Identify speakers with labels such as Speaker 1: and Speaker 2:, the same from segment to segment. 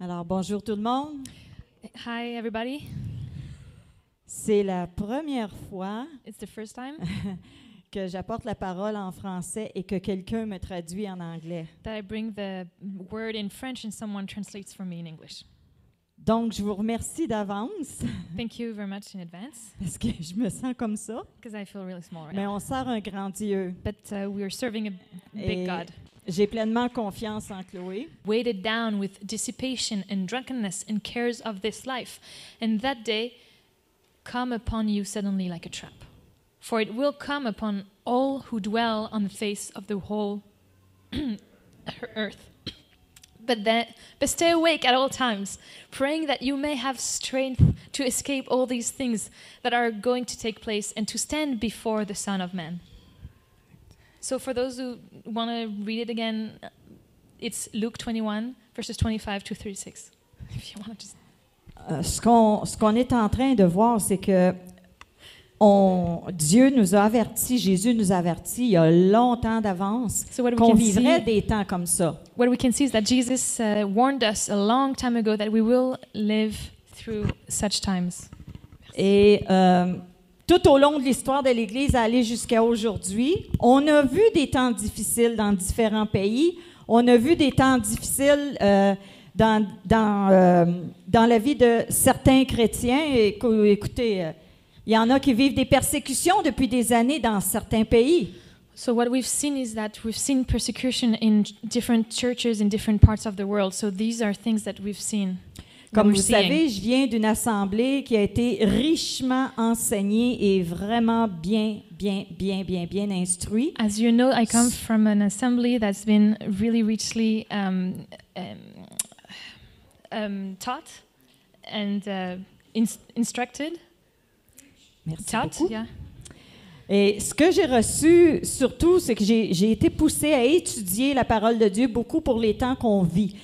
Speaker 1: Alors, bonjour tout le monde.
Speaker 2: Hi, everybody.
Speaker 1: C'est la première fois
Speaker 2: It's the first time
Speaker 1: que j'apporte la parole en français et que quelqu'un me traduit en anglais.
Speaker 2: that I bring the word in French and someone translates for me in English.
Speaker 1: Donc, je vous remercie d'avance
Speaker 2: Thank you very much in advance
Speaker 1: parce que je me sens comme ça.
Speaker 2: because I feel really small right
Speaker 1: Mais
Speaker 2: now.
Speaker 1: on sert un grand Dieu.
Speaker 2: But uh, we are serving a
Speaker 1: Eh.
Speaker 2: big God.
Speaker 1: J'ai pleinement confiance en Chloé.
Speaker 2: Weighted down with dissipation and drunkenness and cares of this life, and that day come upon you suddenly like a trap. For it will come upon all who dwell on the face of the whole earth. But then, but stay awake at all times, praying that you may have strength to escape all these things that are going to take place and to stand before the Son of Man. So, for those who want to read it again, it's Luke 21, verses 25 to 36. If you want to just.
Speaker 1: Euh, ce qu'on ce qu'on est en train de voir, c'est que on- Dieu nous a avertis, Jésus nous a avertis il y a longtemps d'avance
Speaker 2: So, what we,
Speaker 1: qu'on
Speaker 2: can see,
Speaker 1: vivrait des temps comme ça.
Speaker 2: what we can see is that Jesus uh, warned us a long time ago that we will live through such times.
Speaker 1: Et euh, tout au long de l'histoire de l'Église, à aller jusqu'à aujourd'hui, on a vu des temps difficiles dans différents pays. On a vu des temps difficiles euh, dans, dans, euh, dans la vie de certains chrétiens. Et que- écoutez, euh, il y en a qui vivent des persécutions depuis des années dans certains pays.
Speaker 2: So what we've seen is that we've seen persecution in different churches in different parts of the world. So these are things that we've seen. that
Speaker 1: Comme
Speaker 2: we're
Speaker 1: vous
Speaker 2: seeing.
Speaker 1: savez, je viens d'une assemblée qui a été richement enseignée et vraiment bien, bien, bien, bien, bien instruite.
Speaker 2: As you know, I come from an assembly that's been really richly um, um, um, taught and uh, ins- instructed.
Speaker 1: Merci
Speaker 2: Taught,
Speaker 1: beaucoup.
Speaker 2: yeah.
Speaker 1: Et ce que j'ai reçu surtout, c'est que j'ai j'ai été poussée à étudier la parole de Dieu beaucoup pour les temps qu'on vit.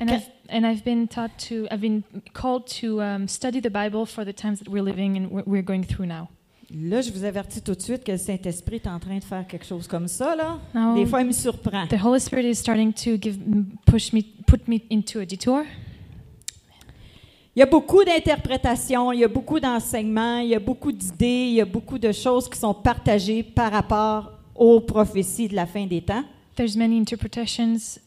Speaker 2: And
Speaker 1: Ca-
Speaker 2: I've, and I've been taught to, I've been called to um, study the Bible for the times that we're living and we're- we're going through now.
Speaker 1: Là, je vous avertis tout de suite que le Saint-Esprit est en train de faire quelque chose comme ça. Là.
Speaker 2: Now,
Speaker 1: Des fois, il me surprend.
Speaker 2: the Holy Spirit is starting to give, push me, put me into a detour.
Speaker 1: Il y a beaucoup d'interprétations, il y a beaucoup d'enseignements, il y a beaucoup d'idées, il y a beaucoup de choses qui sont partagées par rapport aux prophéties de la fin des temps.
Speaker 2: There's many interpretations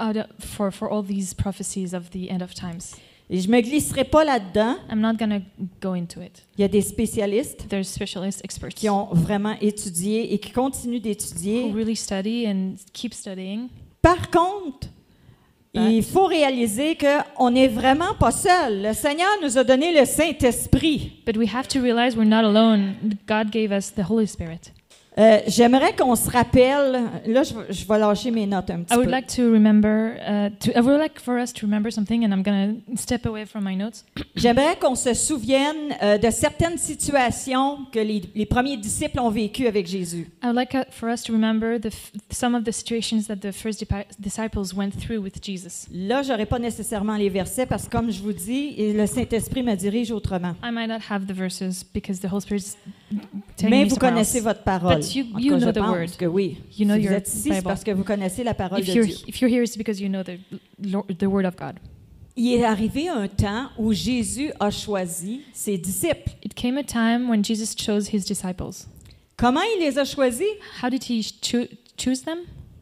Speaker 2: out of- for for all these prophecies of the end of times.
Speaker 1: Et je ne me glisserai pas là-dedans.
Speaker 2: I'm not gonna go into it.
Speaker 1: Il y a des spécialistes
Speaker 2: There's specialist experts
Speaker 1: qui ont vraiment étudié et qui continuent
Speaker 2: who
Speaker 1: d'étudier.
Speaker 2: really study and keep studying.
Speaker 1: Par contre,
Speaker 2: Ben-
Speaker 1: il faut réaliser qu'on n'est vraiment pas seul. Le Seigneur nous a donné le Saint-Esprit.
Speaker 2: But we have to realize we're not alone. God gave us the Holy Spirit.
Speaker 1: Euh, J'aimerais qu'on se rappelle, là je, vais- je vais lâcher mes notes un petit
Speaker 2: I would
Speaker 1: peu.
Speaker 2: like to remember. Uh, to, I would like for us to remember something, and I'm gonna step away from my notes.
Speaker 1: J'aimerais qu'on se souvienne euh, de certaines situations que les, les premiers disciples ont vécues avec Jésus.
Speaker 2: I would like uh, for us to remember the f- some of the situations that the first dipi- disciples went through with Jesus.
Speaker 1: Là, j'aurais pas nécessairement les versets parce que comme je vous dis, le Saint-Esprit me dirige autrement.
Speaker 2: I might not have the verses because the Holy Spirit's taking
Speaker 1: Mais
Speaker 2: me
Speaker 1: vous
Speaker 2: somewhere else.
Speaker 1: connaissez votre parole.
Speaker 2: But you-
Speaker 1: En tout
Speaker 2: you
Speaker 1: cas,
Speaker 2: know
Speaker 1: je
Speaker 2: the
Speaker 1: pense
Speaker 2: word.
Speaker 1: que oui.
Speaker 2: You know
Speaker 1: si vous
Speaker 2: your
Speaker 1: êtes ici, c'est
Speaker 2: Bible.
Speaker 1: parce que vous connaissez la parole
Speaker 2: if
Speaker 1: de
Speaker 2: you're
Speaker 1: Dieu.
Speaker 2: if you're here, it's because you know the lo- the word of God.
Speaker 1: Il est arrivé un temps où Jésus a choisi ses disciples.
Speaker 2: It came a time when Jesus chose his disciples.
Speaker 1: Comment il les a choisis?
Speaker 2: How did he cho- choose them?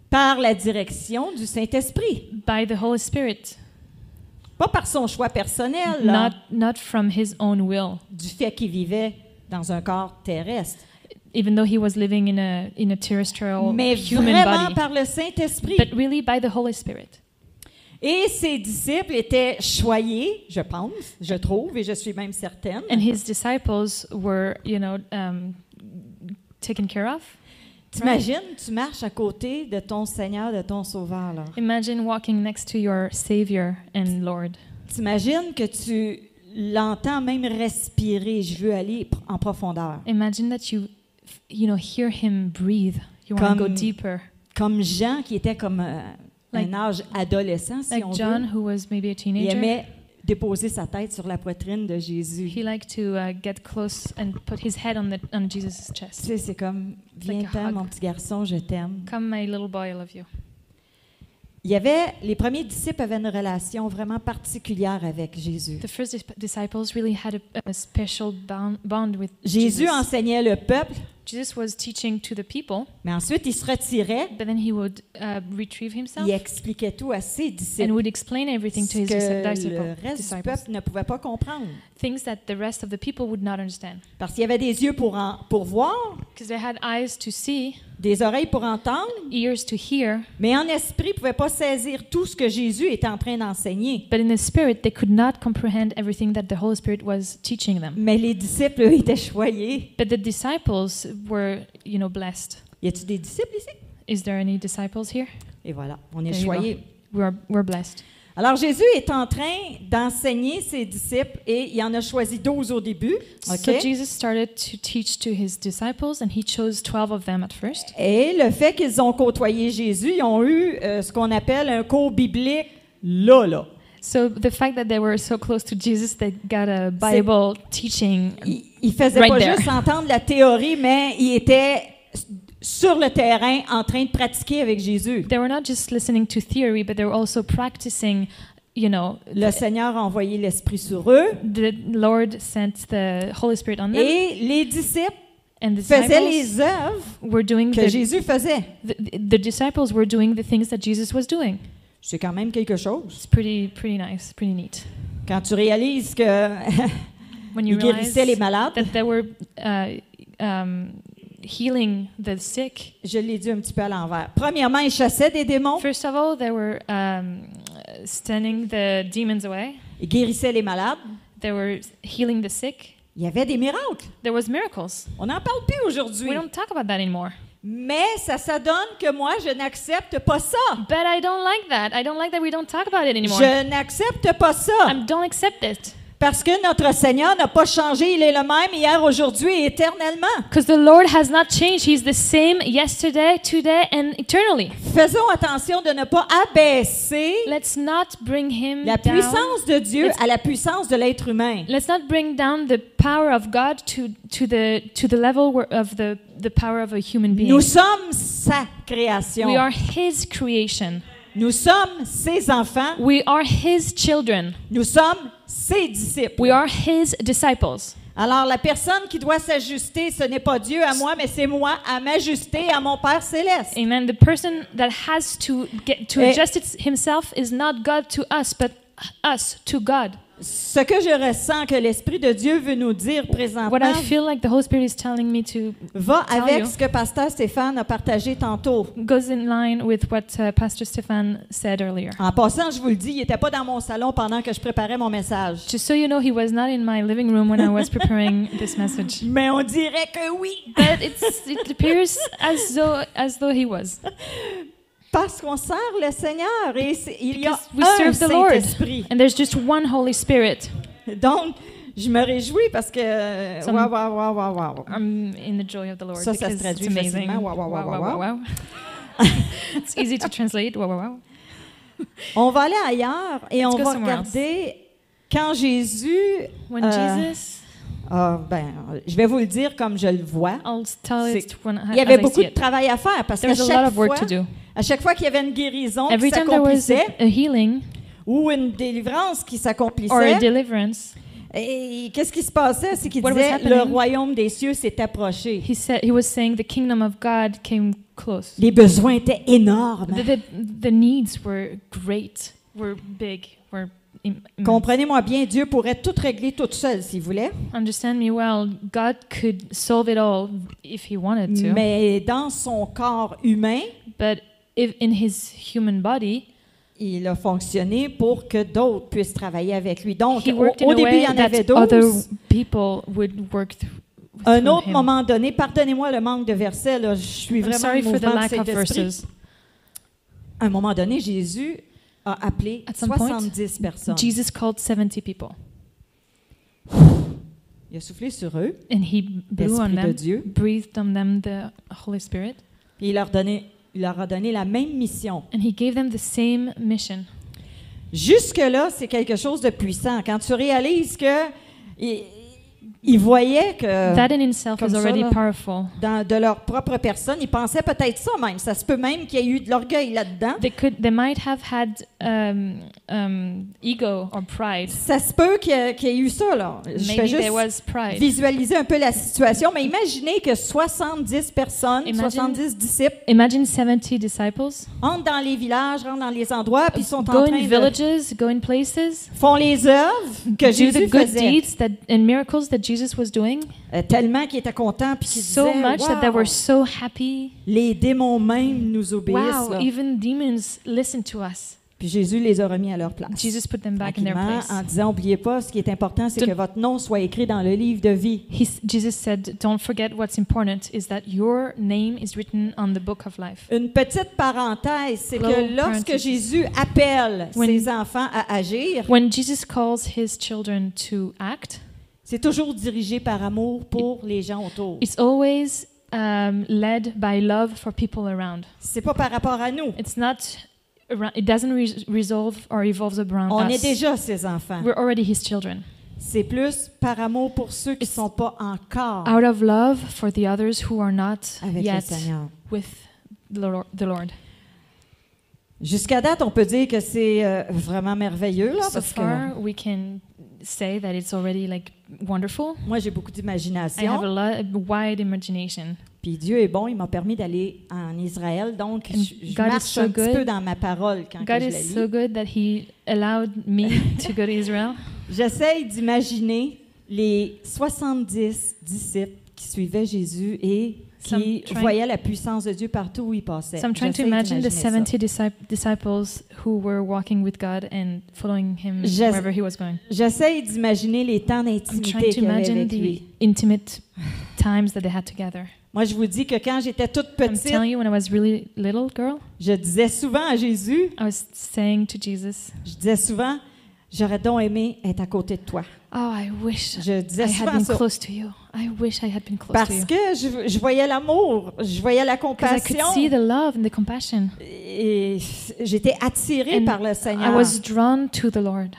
Speaker 1: Par la direction du Saint-Esprit.
Speaker 2: By the Holy Spirit,
Speaker 1: Pas par son choix personnel, là,
Speaker 2: not not from his own will.
Speaker 1: du fait qu'il vivait dans un corps terrestre.
Speaker 2: Even though he was living in a in a terrestrial
Speaker 1: Mais
Speaker 2: Oh, human
Speaker 1: vraiment
Speaker 2: body,
Speaker 1: par le Saint-Esprit.
Speaker 2: but really by the Holy Spirit.
Speaker 1: Et ses disciples étaient choyés, je pense, je trouve, et je suis même certaine.
Speaker 2: And his disciples were, you know, um, taken care of.
Speaker 1: T'imagines, tu marches à côté de ton Seigneur, de ton Sauveur. là.
Speaker 2: Imagine walking next to your Savior and Lord.
Speaker 1: T'imagines que tu l'entends même respirer. Je veux aller pr- en profondeur.
Speaker 2: Imagine that you, you know, hear him breathe. You want to go
Speaker 1: Comme-
Speaker 2: deeper.
Speaker 1: comme Jean qui était comme euh,
Speaker 2: Like-
Speaker 1: un âge adolescent, si
Speaker 2: Like
Speaker 1: on
Speaker 2: John,
Speaker 1: veut.
Speaker 2: who was maybe a
Speaker 1: Il
Speaker 2: teenager,
Speaker 1: aimait déposer sa tête sur la poitrine de Jésus.
Speaker 2: he liked to uh, get close and put his head on the on Jesus'
Speaker 1: Tu
Speaker 2: chest.
Speaker 1: sais, c'est comme
Speaker 2: It's like a
Speaker 1: viens-t'en
Speaker 2: hug.
Speaker 1: mon petit garçon, je t'aime.
Speaker 2: Come, my little boy, I love you.
Speaker 1: il y avait, les premiers disciples avaient une relation vraiment particulière avec Jésus.
Speaker 2: The first dis- disciples really had a, a special bond, bond with
Speaker 1: Jésus
Speaker 2: Jesus.
Speaker 1: enseignait le peuple,
Speaker 2: Jesus was teaching to the people,
Speaker 1: mais ensuite il se retirait,
Speaker 2: but then he would uh, retrieve himself
Speaker 1: il expliquait tout à ses
Speaker 2: and
Speaker 1: disciples,
Speaker 2: would explain everything
Speaker 1: ce
Speaker 2: to his disci-
Speaker 1: que le
Speaker 2: disciple-
Speaker 1: reste du
Speaker 2: disciples,
Speaker 1: peuple ne pouvait pas comprendre,
Speaker 2: things that the rest of the people would not understand.
Speaker 1: parce qu'il y avait des yeux pour, en- pour voir,
Speaker 2: Because they had eyes to see,
Speaker 1: des oreilles pour entendre,
Speaker 2: ears to hear,
Speaker 1: mais en esprit, ils ne pouvaient pas saisir tout ce que Jésus était en train d'enseigner.
Speaker 2: but in the spirit they could not comprehend everything that the Holy Spirit was teaching them.
Speaker 1: Mais les disciples, eux, étaient choyés.
Speaker 2: But the disciples were, you know, blessed.
Speaker 1: Y a-tu des disciples ici?
Speaker 2: Is there any disciples here?
Speaker 1: Et voilà, on est
Speaker 2: There you go.
Speaker 1: choyés.
Speaker 2: We're, we're blessed.
Speaker 1: Alors Jésus est en train d'enseigner ses disciples et il en a choisi 12 au début.
Speaker 2: So
Speaker 1: OK?
Speaker 2: Jesus started to teach to his disciples, and he chose 12 of them at first.
Speaker 1: Et le fait qu'ils ont côtoyé Jésus, ils ont eu euh, ce qu'on appelle un cours biblique là, là.
Speaker 2: So the fact that they were so close to Jesus, they got a Bible teaching.
Speaker 1: Ils, ils faisaient
Speaker 2: Right
Speaker 1: pas
Speaker 2: there.
Speaker 1: juste entendre la théorie, mais ils étaient s- sur le terrain en train de pratiquer avec Jésus.
Speaker 2: They were not just listening to theory, but they were also practicing, you know,
Speaker 1: Le Seigneur a envoyé l'Esprit sur eux
Speaker 2: the Lord sent the Holy Spirit on them,
Speaker 1: et les disciples
Speaker 2: and the
Speaker 1: faisaient
Speaker 2: Mm-hmm. disciples
Speaker 1: les œuvres
Speaker 2: were doing
Speaker 1: que
Speaker 2: the,
Speaker 1: Jésus faisait.
Speaker 2: the, the disciples were doing the things that Jesus was doing.
Speaker 1: C'est quand même quelque chose.
Speaker 2: It's pretty pretty nice, pretty neat.
Speaker 1: Quand tu réalises que
Speaker 2: When you
Speaker 1: ils
Speaker 2: realize
Speaker 1: guérissaient les malades,
Speaker 2: that they were uh, um, healing the sick.
Speaker 1: je l'ai dit un petit peu à l'envers. Premièrement, ils chassaient des démons,
Speaker 2: First of all, they were um, uh, standing the demons away.
Speaker 1: ils guérissaient les malades.
Speaker 2: They were healing the sick.
Speaker 1: Il y avait des miracles.
Speaker 2: There was miracles.
Speaker 1: On n'en parle plus
Speaker 2: We
Speaker 1: aujourd'hui.
Speaker 2: don't talk about that anymore.
Speaker 1: Mais ça, ça donne que moi, je n'accepte pas ça.
Speaker 2: But I don't like that. I don't like that we don't talk about it anymore.
Speaker 1: Je n'accepte pas ça.
Speaker 2: I don't accept it.
Speaker 1: Parce que notre Seigneur n'a pas changé. Il est le même hier, aujourd'hui et éternellement.
Speaker 2: Because the Lord has not changed. He's the same yesterday, today, and eternally.
Speaker 1: Faisons attention de ne pas abaisser
Speaker 2: Let's not bring him
Speaker 1: la
Speaker 2: down.
Speaker 1: puissance de Dieu
Speaker 2: Let's-
Speaker 1: à la puissance de l'être humain.
Speaker 2: Let's not bring down the power of God to, to the to the level where, of the, the power of a human being.
Speaker 1: Nous sommes sa création.
Speaker 2: We are His creation.
Speaker 1: Nous sommes ses enfants.
Speaker 2: We are His children.
Speaker 1: Nous sommes ses disciples.
Speaker 2: We are His disciples.
Speaker 1: Alors la personne qui doit s'ajuster, ce n'est pas Dieu à moi, mais c'est moi à m'ajuster à mon Père céleste.
Speaker 2: Amen. The person that has to get to
Speaker 1: Eh.
Speaker 2: adjust it himself is not God to us, but us to God.
Speaker 1: Ce que je ressens que l'esprit de Dieu veut nous dire
Speaker 2: What
Speaker 1: présentement
Speaker 2: I feel like the Holy Spirit is telling me to
Speaker 1: va
Speaker 2: tell
Speaker 1: avec
Speaker 2: you.
Speaker 1: ce que pasteur Stéphane a partagé tantôt.
Speaker 2: goes in line with what uh, Pastor Stefan said earlier.
Speaker 1: En passant, je vous le dis, il n'était pas dans mon salon pendant que je préparais mon message.
Speaker 2: Just so you know, he was not in my living room when I was preparing this message.
Speaker 1: Mais on dirait que oui,
Speaker 2: but it's, it appears as though as though he was
Speaker 1: parce qu'on sert le Seigneur et c'est- il y a
Speaker 2: Because we
Speaker 1: un
Speaker 2: serve the Lord.
Speaker 1: Saint-Esprit.
Speaker 2: and there's just one holy spirit
Speaker 1: Donc, je me réjouis parce que...
Speaker 2: Some-
Speaker 1: Waouh, waouh, waouh, waouh, waouh.
Speaker 2: i'm um, in the joy of the lord
Speaker 1: Ça, ça se
Speaker 2: because it's
Speaker 1: traduit
Speaker 2: amazing
Speaker 1: facilement. Wow, wow, wow, wow,
Speaker 2: wow. it's easy to translate wow wow wow
Speaker 1: On va aller ailleurs et on
Speaker 2: go
Speaker 1: va
Speaker 2: somewhere else.
Speaker 1: regarder quand Jésus.
Speaker 2: when
Speaker 1: Euh,
Speaker 2: jesus
Speaker 1: ah, ben, je vais vous le dire comme je le vois.
Speaker 2: i'll tell
Speaker 1: c'est-
Speaker 2: it when I,
Speaker 1: Il y avait
Speaker 2: as I
Speaker 1: beaucoup
Speaker 2: see
Speaker 1: de
Speaker 2: it
Speaker 1: travail à faire parce qu'à
Speaker 2: there's a lot
Speaker 1: chaque
Speaker 2: of work
Speaker 1: fois,
Speaker 2: to do
Speaker 1: à chaque fois qu'il y avait une guérison
Speaker 2: every
Speaker 1: qui
Speaker 2: time there was a,
Speaker 1: s'accomplissait
Speaker 2: a healing
Speaker 1: ou une délivrance qui
Speaker 2: or a
Speaker 1: s'accomplissait,
Speaker 2: deliverance
Speaker 1: et qu'est-ce qui se passait, c'est qu'il
Speaker 2: What was
Speaker 1: disait
Speaker 2: happening?
Speaker 1: le royaume des cieux s'est approché.
Speaker 2: he said he was saying the kingdom of god came close
Speaker 1: Les besoins étaient énormes.
Speaker 2: the, the, the needs were great were big were im- immense.
Speaker 1: Comprenez-moi bien, Dieu pourrait tout régler tout seul s'il voulait,
Speaker 2: Understand me well, God could solve it all if he wanted to.
Speaker 1: mais dans son corps humain,
Speaker 2: But if in his human body,
Speaker 1: il a fonctionné pour que d'autres puissent travailler avec lui. Donc,
Speaker 2: he
Speaker 1: au,
Speaker 2: worked in
Speaker 1: au
Speaker 2: a
Speaker 1: début,
Speaker 2: way
Speaker 1: il y en avait
Speaker 2: that other
Speaker 1: 12.
Speaker 2: people would work through.
Speaker 1: Un
Speaker 2: through
Speaker 1: autre
Speaker 2: him.
Speaker 1: moment donné, pardonnez-moi le manque de versets, là, je suis
Speaker 2: I'm
Speaker 1: vraiment
Speaker 2: sorry
Speaker 1: mouvement
Speaker 2: for the
Speaker 1: de
Speaker 2: lack
Speaker 1: cet
Speaker 2: of
Speaker 1: esprit.
Speaker 2: verses.
Speaker 1: À un moment donné, Jésus a appelé
Speaker 2: At some point,
Speaker 1: 70 personnes.
Speaker 2: Jesus called 70 people
Speaker 1: Il a soufflé sur eux,
Speaker 2: and he blew on
Speaker 1: l'Esprit de
Speaker 2: them,
Speaker 1: Dieu,
Speaker 2: breathed on them the Holy Spirit,
Speaker 1: puis il leur, donnait- il leur a donné la même mission.
Speaker 2: and he gave them the same mission.
Speaker 1: Jusque-là, c'est quelque chose de puissant. Quand tu réalises que... il- Ils voyaient que
Speaker 2: That in itself
Speaker 1: Uh, comme
Speaker 2: is
Speaker 1: ça,
Speaker 2: already
Speaker 1: là.
Speaker 2: powerful.
Speaker 1: dans- de leur propre personne, ils pensaient peut-être ça même. Ça se peut même qu'il y ait eu de l'orgueil là-dedans.
Speaker 2: They could, they might have had um, um, ego or pride.
Speaker 1: Ça se peut qu'il y ait- qu'il y ait eu ça, là. Je fais
Speaker 2: Maybe
Speaker 1: juste
Speaker 2: there was pride.
Speaker 1: visualiser un peu la situation, mais imaginez que 70 personnes,
Speaker 2: Imagine-
Speaker 1: 70 disciples
Speaker 2: Imagine 70 disciples
Speaker 1: entrent dans les villages, rentrent dans les endroits, puis sont en
Speaker 2: go
Speaker 1: train
Speaker 2: in
Speaker 1: de...
Speaker 2: villages, go in places,
Speaker 1: font les œuvres que
Speaker 2: do the
Speaker 1: Jésus
Speaker 2: good
Speaker 1: faisait.
Speaker 2: deeds that and miracles that Jesus was doing
Speaker 1: Euh, tellement qu'ils étaient contents, puis qu'ils
Speaker 2: so
Speaker 1: disaient,
Speaker 2: much that they
Speaker 1: Wow!
Speaker 2: were so happy.
Speaker 1: les démons même nous obéissent.
Speaker 2: Wow,
Speaker 1: là.
Speaker 2: even demons listen to us.
Speaker 1: Puis Jésus les a remis à leur place.
Speaker 2: Jesus put them back in their
Speaker 1: Tranquillement,
Speaker 2: place.
Speaker 1: en disant, oubliez pas, ce qui est important, c'est
Speaker 2: Tout-
Speaker 1: que votre nom soit écrit dans le livre de vie.
Speaker 2: He, s- Jesus said, "Don't forget what's important is that your name is written on the book of life."
Speaker 1: Une petite parenthèse, c'est
Speaker 2: Global
Speaker 1: que lorsque
Speaker 2: parenthesis.
Speaker 1: Jésus appelle
Speaker 2: When-
Speaker 1: ses enfants à agir,
Speaker 2: When Jesus calls his children to act,
Speaker 1: c'est toujours dirigé par amour pour les gens autour.
Speaker 2: it's always um, led by love for people around.
Speaker 1: C'est pas par rapport à nous.
Speaker 2: It's not. Around, it doesn't re- resolve or evolves around
Speaker 1: On
Speaker 2: us.
Speaker 1: est déjà ses enfants.
Speaker 2: We're already his children.
Speaker 1: C'est plus par amour pour ceux qui
Speaker 2: It's-
Speaker 1: sont pas encore
Speaker 2: Out of love for the others who are not
Speaker 1: avec le
Speaker 2: yet
Speaker 1: Seigneur.
Speaker 2: with the Lord. The Lord.
Speaker 1: Jusqu'à date, on peut dire que c'est euh, vraiment merveilleux là,
Speaker 2: so
Speaker 1: parce
Speaker 2: far, we can say that it's already like wonderful.
Speaker 1: que moi j'ai beaucoup
Speaker 2: I have a
Speaker 1: d'imagination.
Speaker 2: lot, a wide imagination.
Speaker 1: Puis Dieu est bon, il m'a permis d'aller en Israël, donc
Speaker 2: And
Speaker 1: je, je
Speaker 2: God is
Speaker 1: marche
Speaker 2: so
Speaker 1: un petit
Speaker 2: good.
Speaker 1: peu dans ma parole quand que
Speaker 2: God
Speaker 1: je la
Speaker 2: is
Speaker 1: lis.
Speaker 2: so good that He allowed me to go to Israel.
Speaker 1: J'essaye d'imaginer les 70 disciples qui suivaient Jésus et
Speaker 2: So I'm
Speaker 1: qui
Speaker 2: trying-
Speaker 1: voyaient la puissance de Dieu partout où il passait.
Speaker 2: So I'm trying to
Speaker 1: J'essaie
Speaker 2: imagine the
Speaker 1: d'imaginer ça.
Speaker 2: 70 disci- disciples who were walking with God and following Him
Speaker 1: J'ess-
Speaker 2: wherever He was going.
Speaker 1: J'essaie d'imaginer les temps
Speaker 2: I'm
Speaker 1: d'intimité
Speaker 2: trying to
Speaker 1: qu'il y avait
Speaker 2: imagine
Speaker 1: avec
Speaker 2: the
Speaker 1: lui.
Speaker 2: intimate times that they had together.
Speaker 1: Moi, je vous dis que quand j'étais toute
Speaker 2: I'm
Speaker 1: petite,
Speaker 2: telling you, when I was really little girl,
Speaker 1: je disais souvent à Jésus,
Speaker 2: I was saying to Jesus,
Speaker 1: je disais souvent, j'aurais donc aimé être à côté de toi.
Speaker 2: "Oh, I wish
Speaker 1: Je
Speaker 2: I
Speaker 1: disais
Speaker 2: had
Speaker 1: souvent
Speaker 2: been
Speaker 1: ça.
Speaker 2: close to you. I wish I had been close to
Speaker 1: Parce
Speaker 2: you."
Speaker 1: que je, je voyais l'amour, je voyais la
Speaker 2: 'Cause I could
Speaker 1: compassion
Speaker 2: see the love and the compassion.
Speaker 1: et j'étais attirée
Speaker 2: And
Speaker 1: par le
Speaker 2: I
Speaker 1: Seigneur.
Speaker 2: was drawn to the Lord.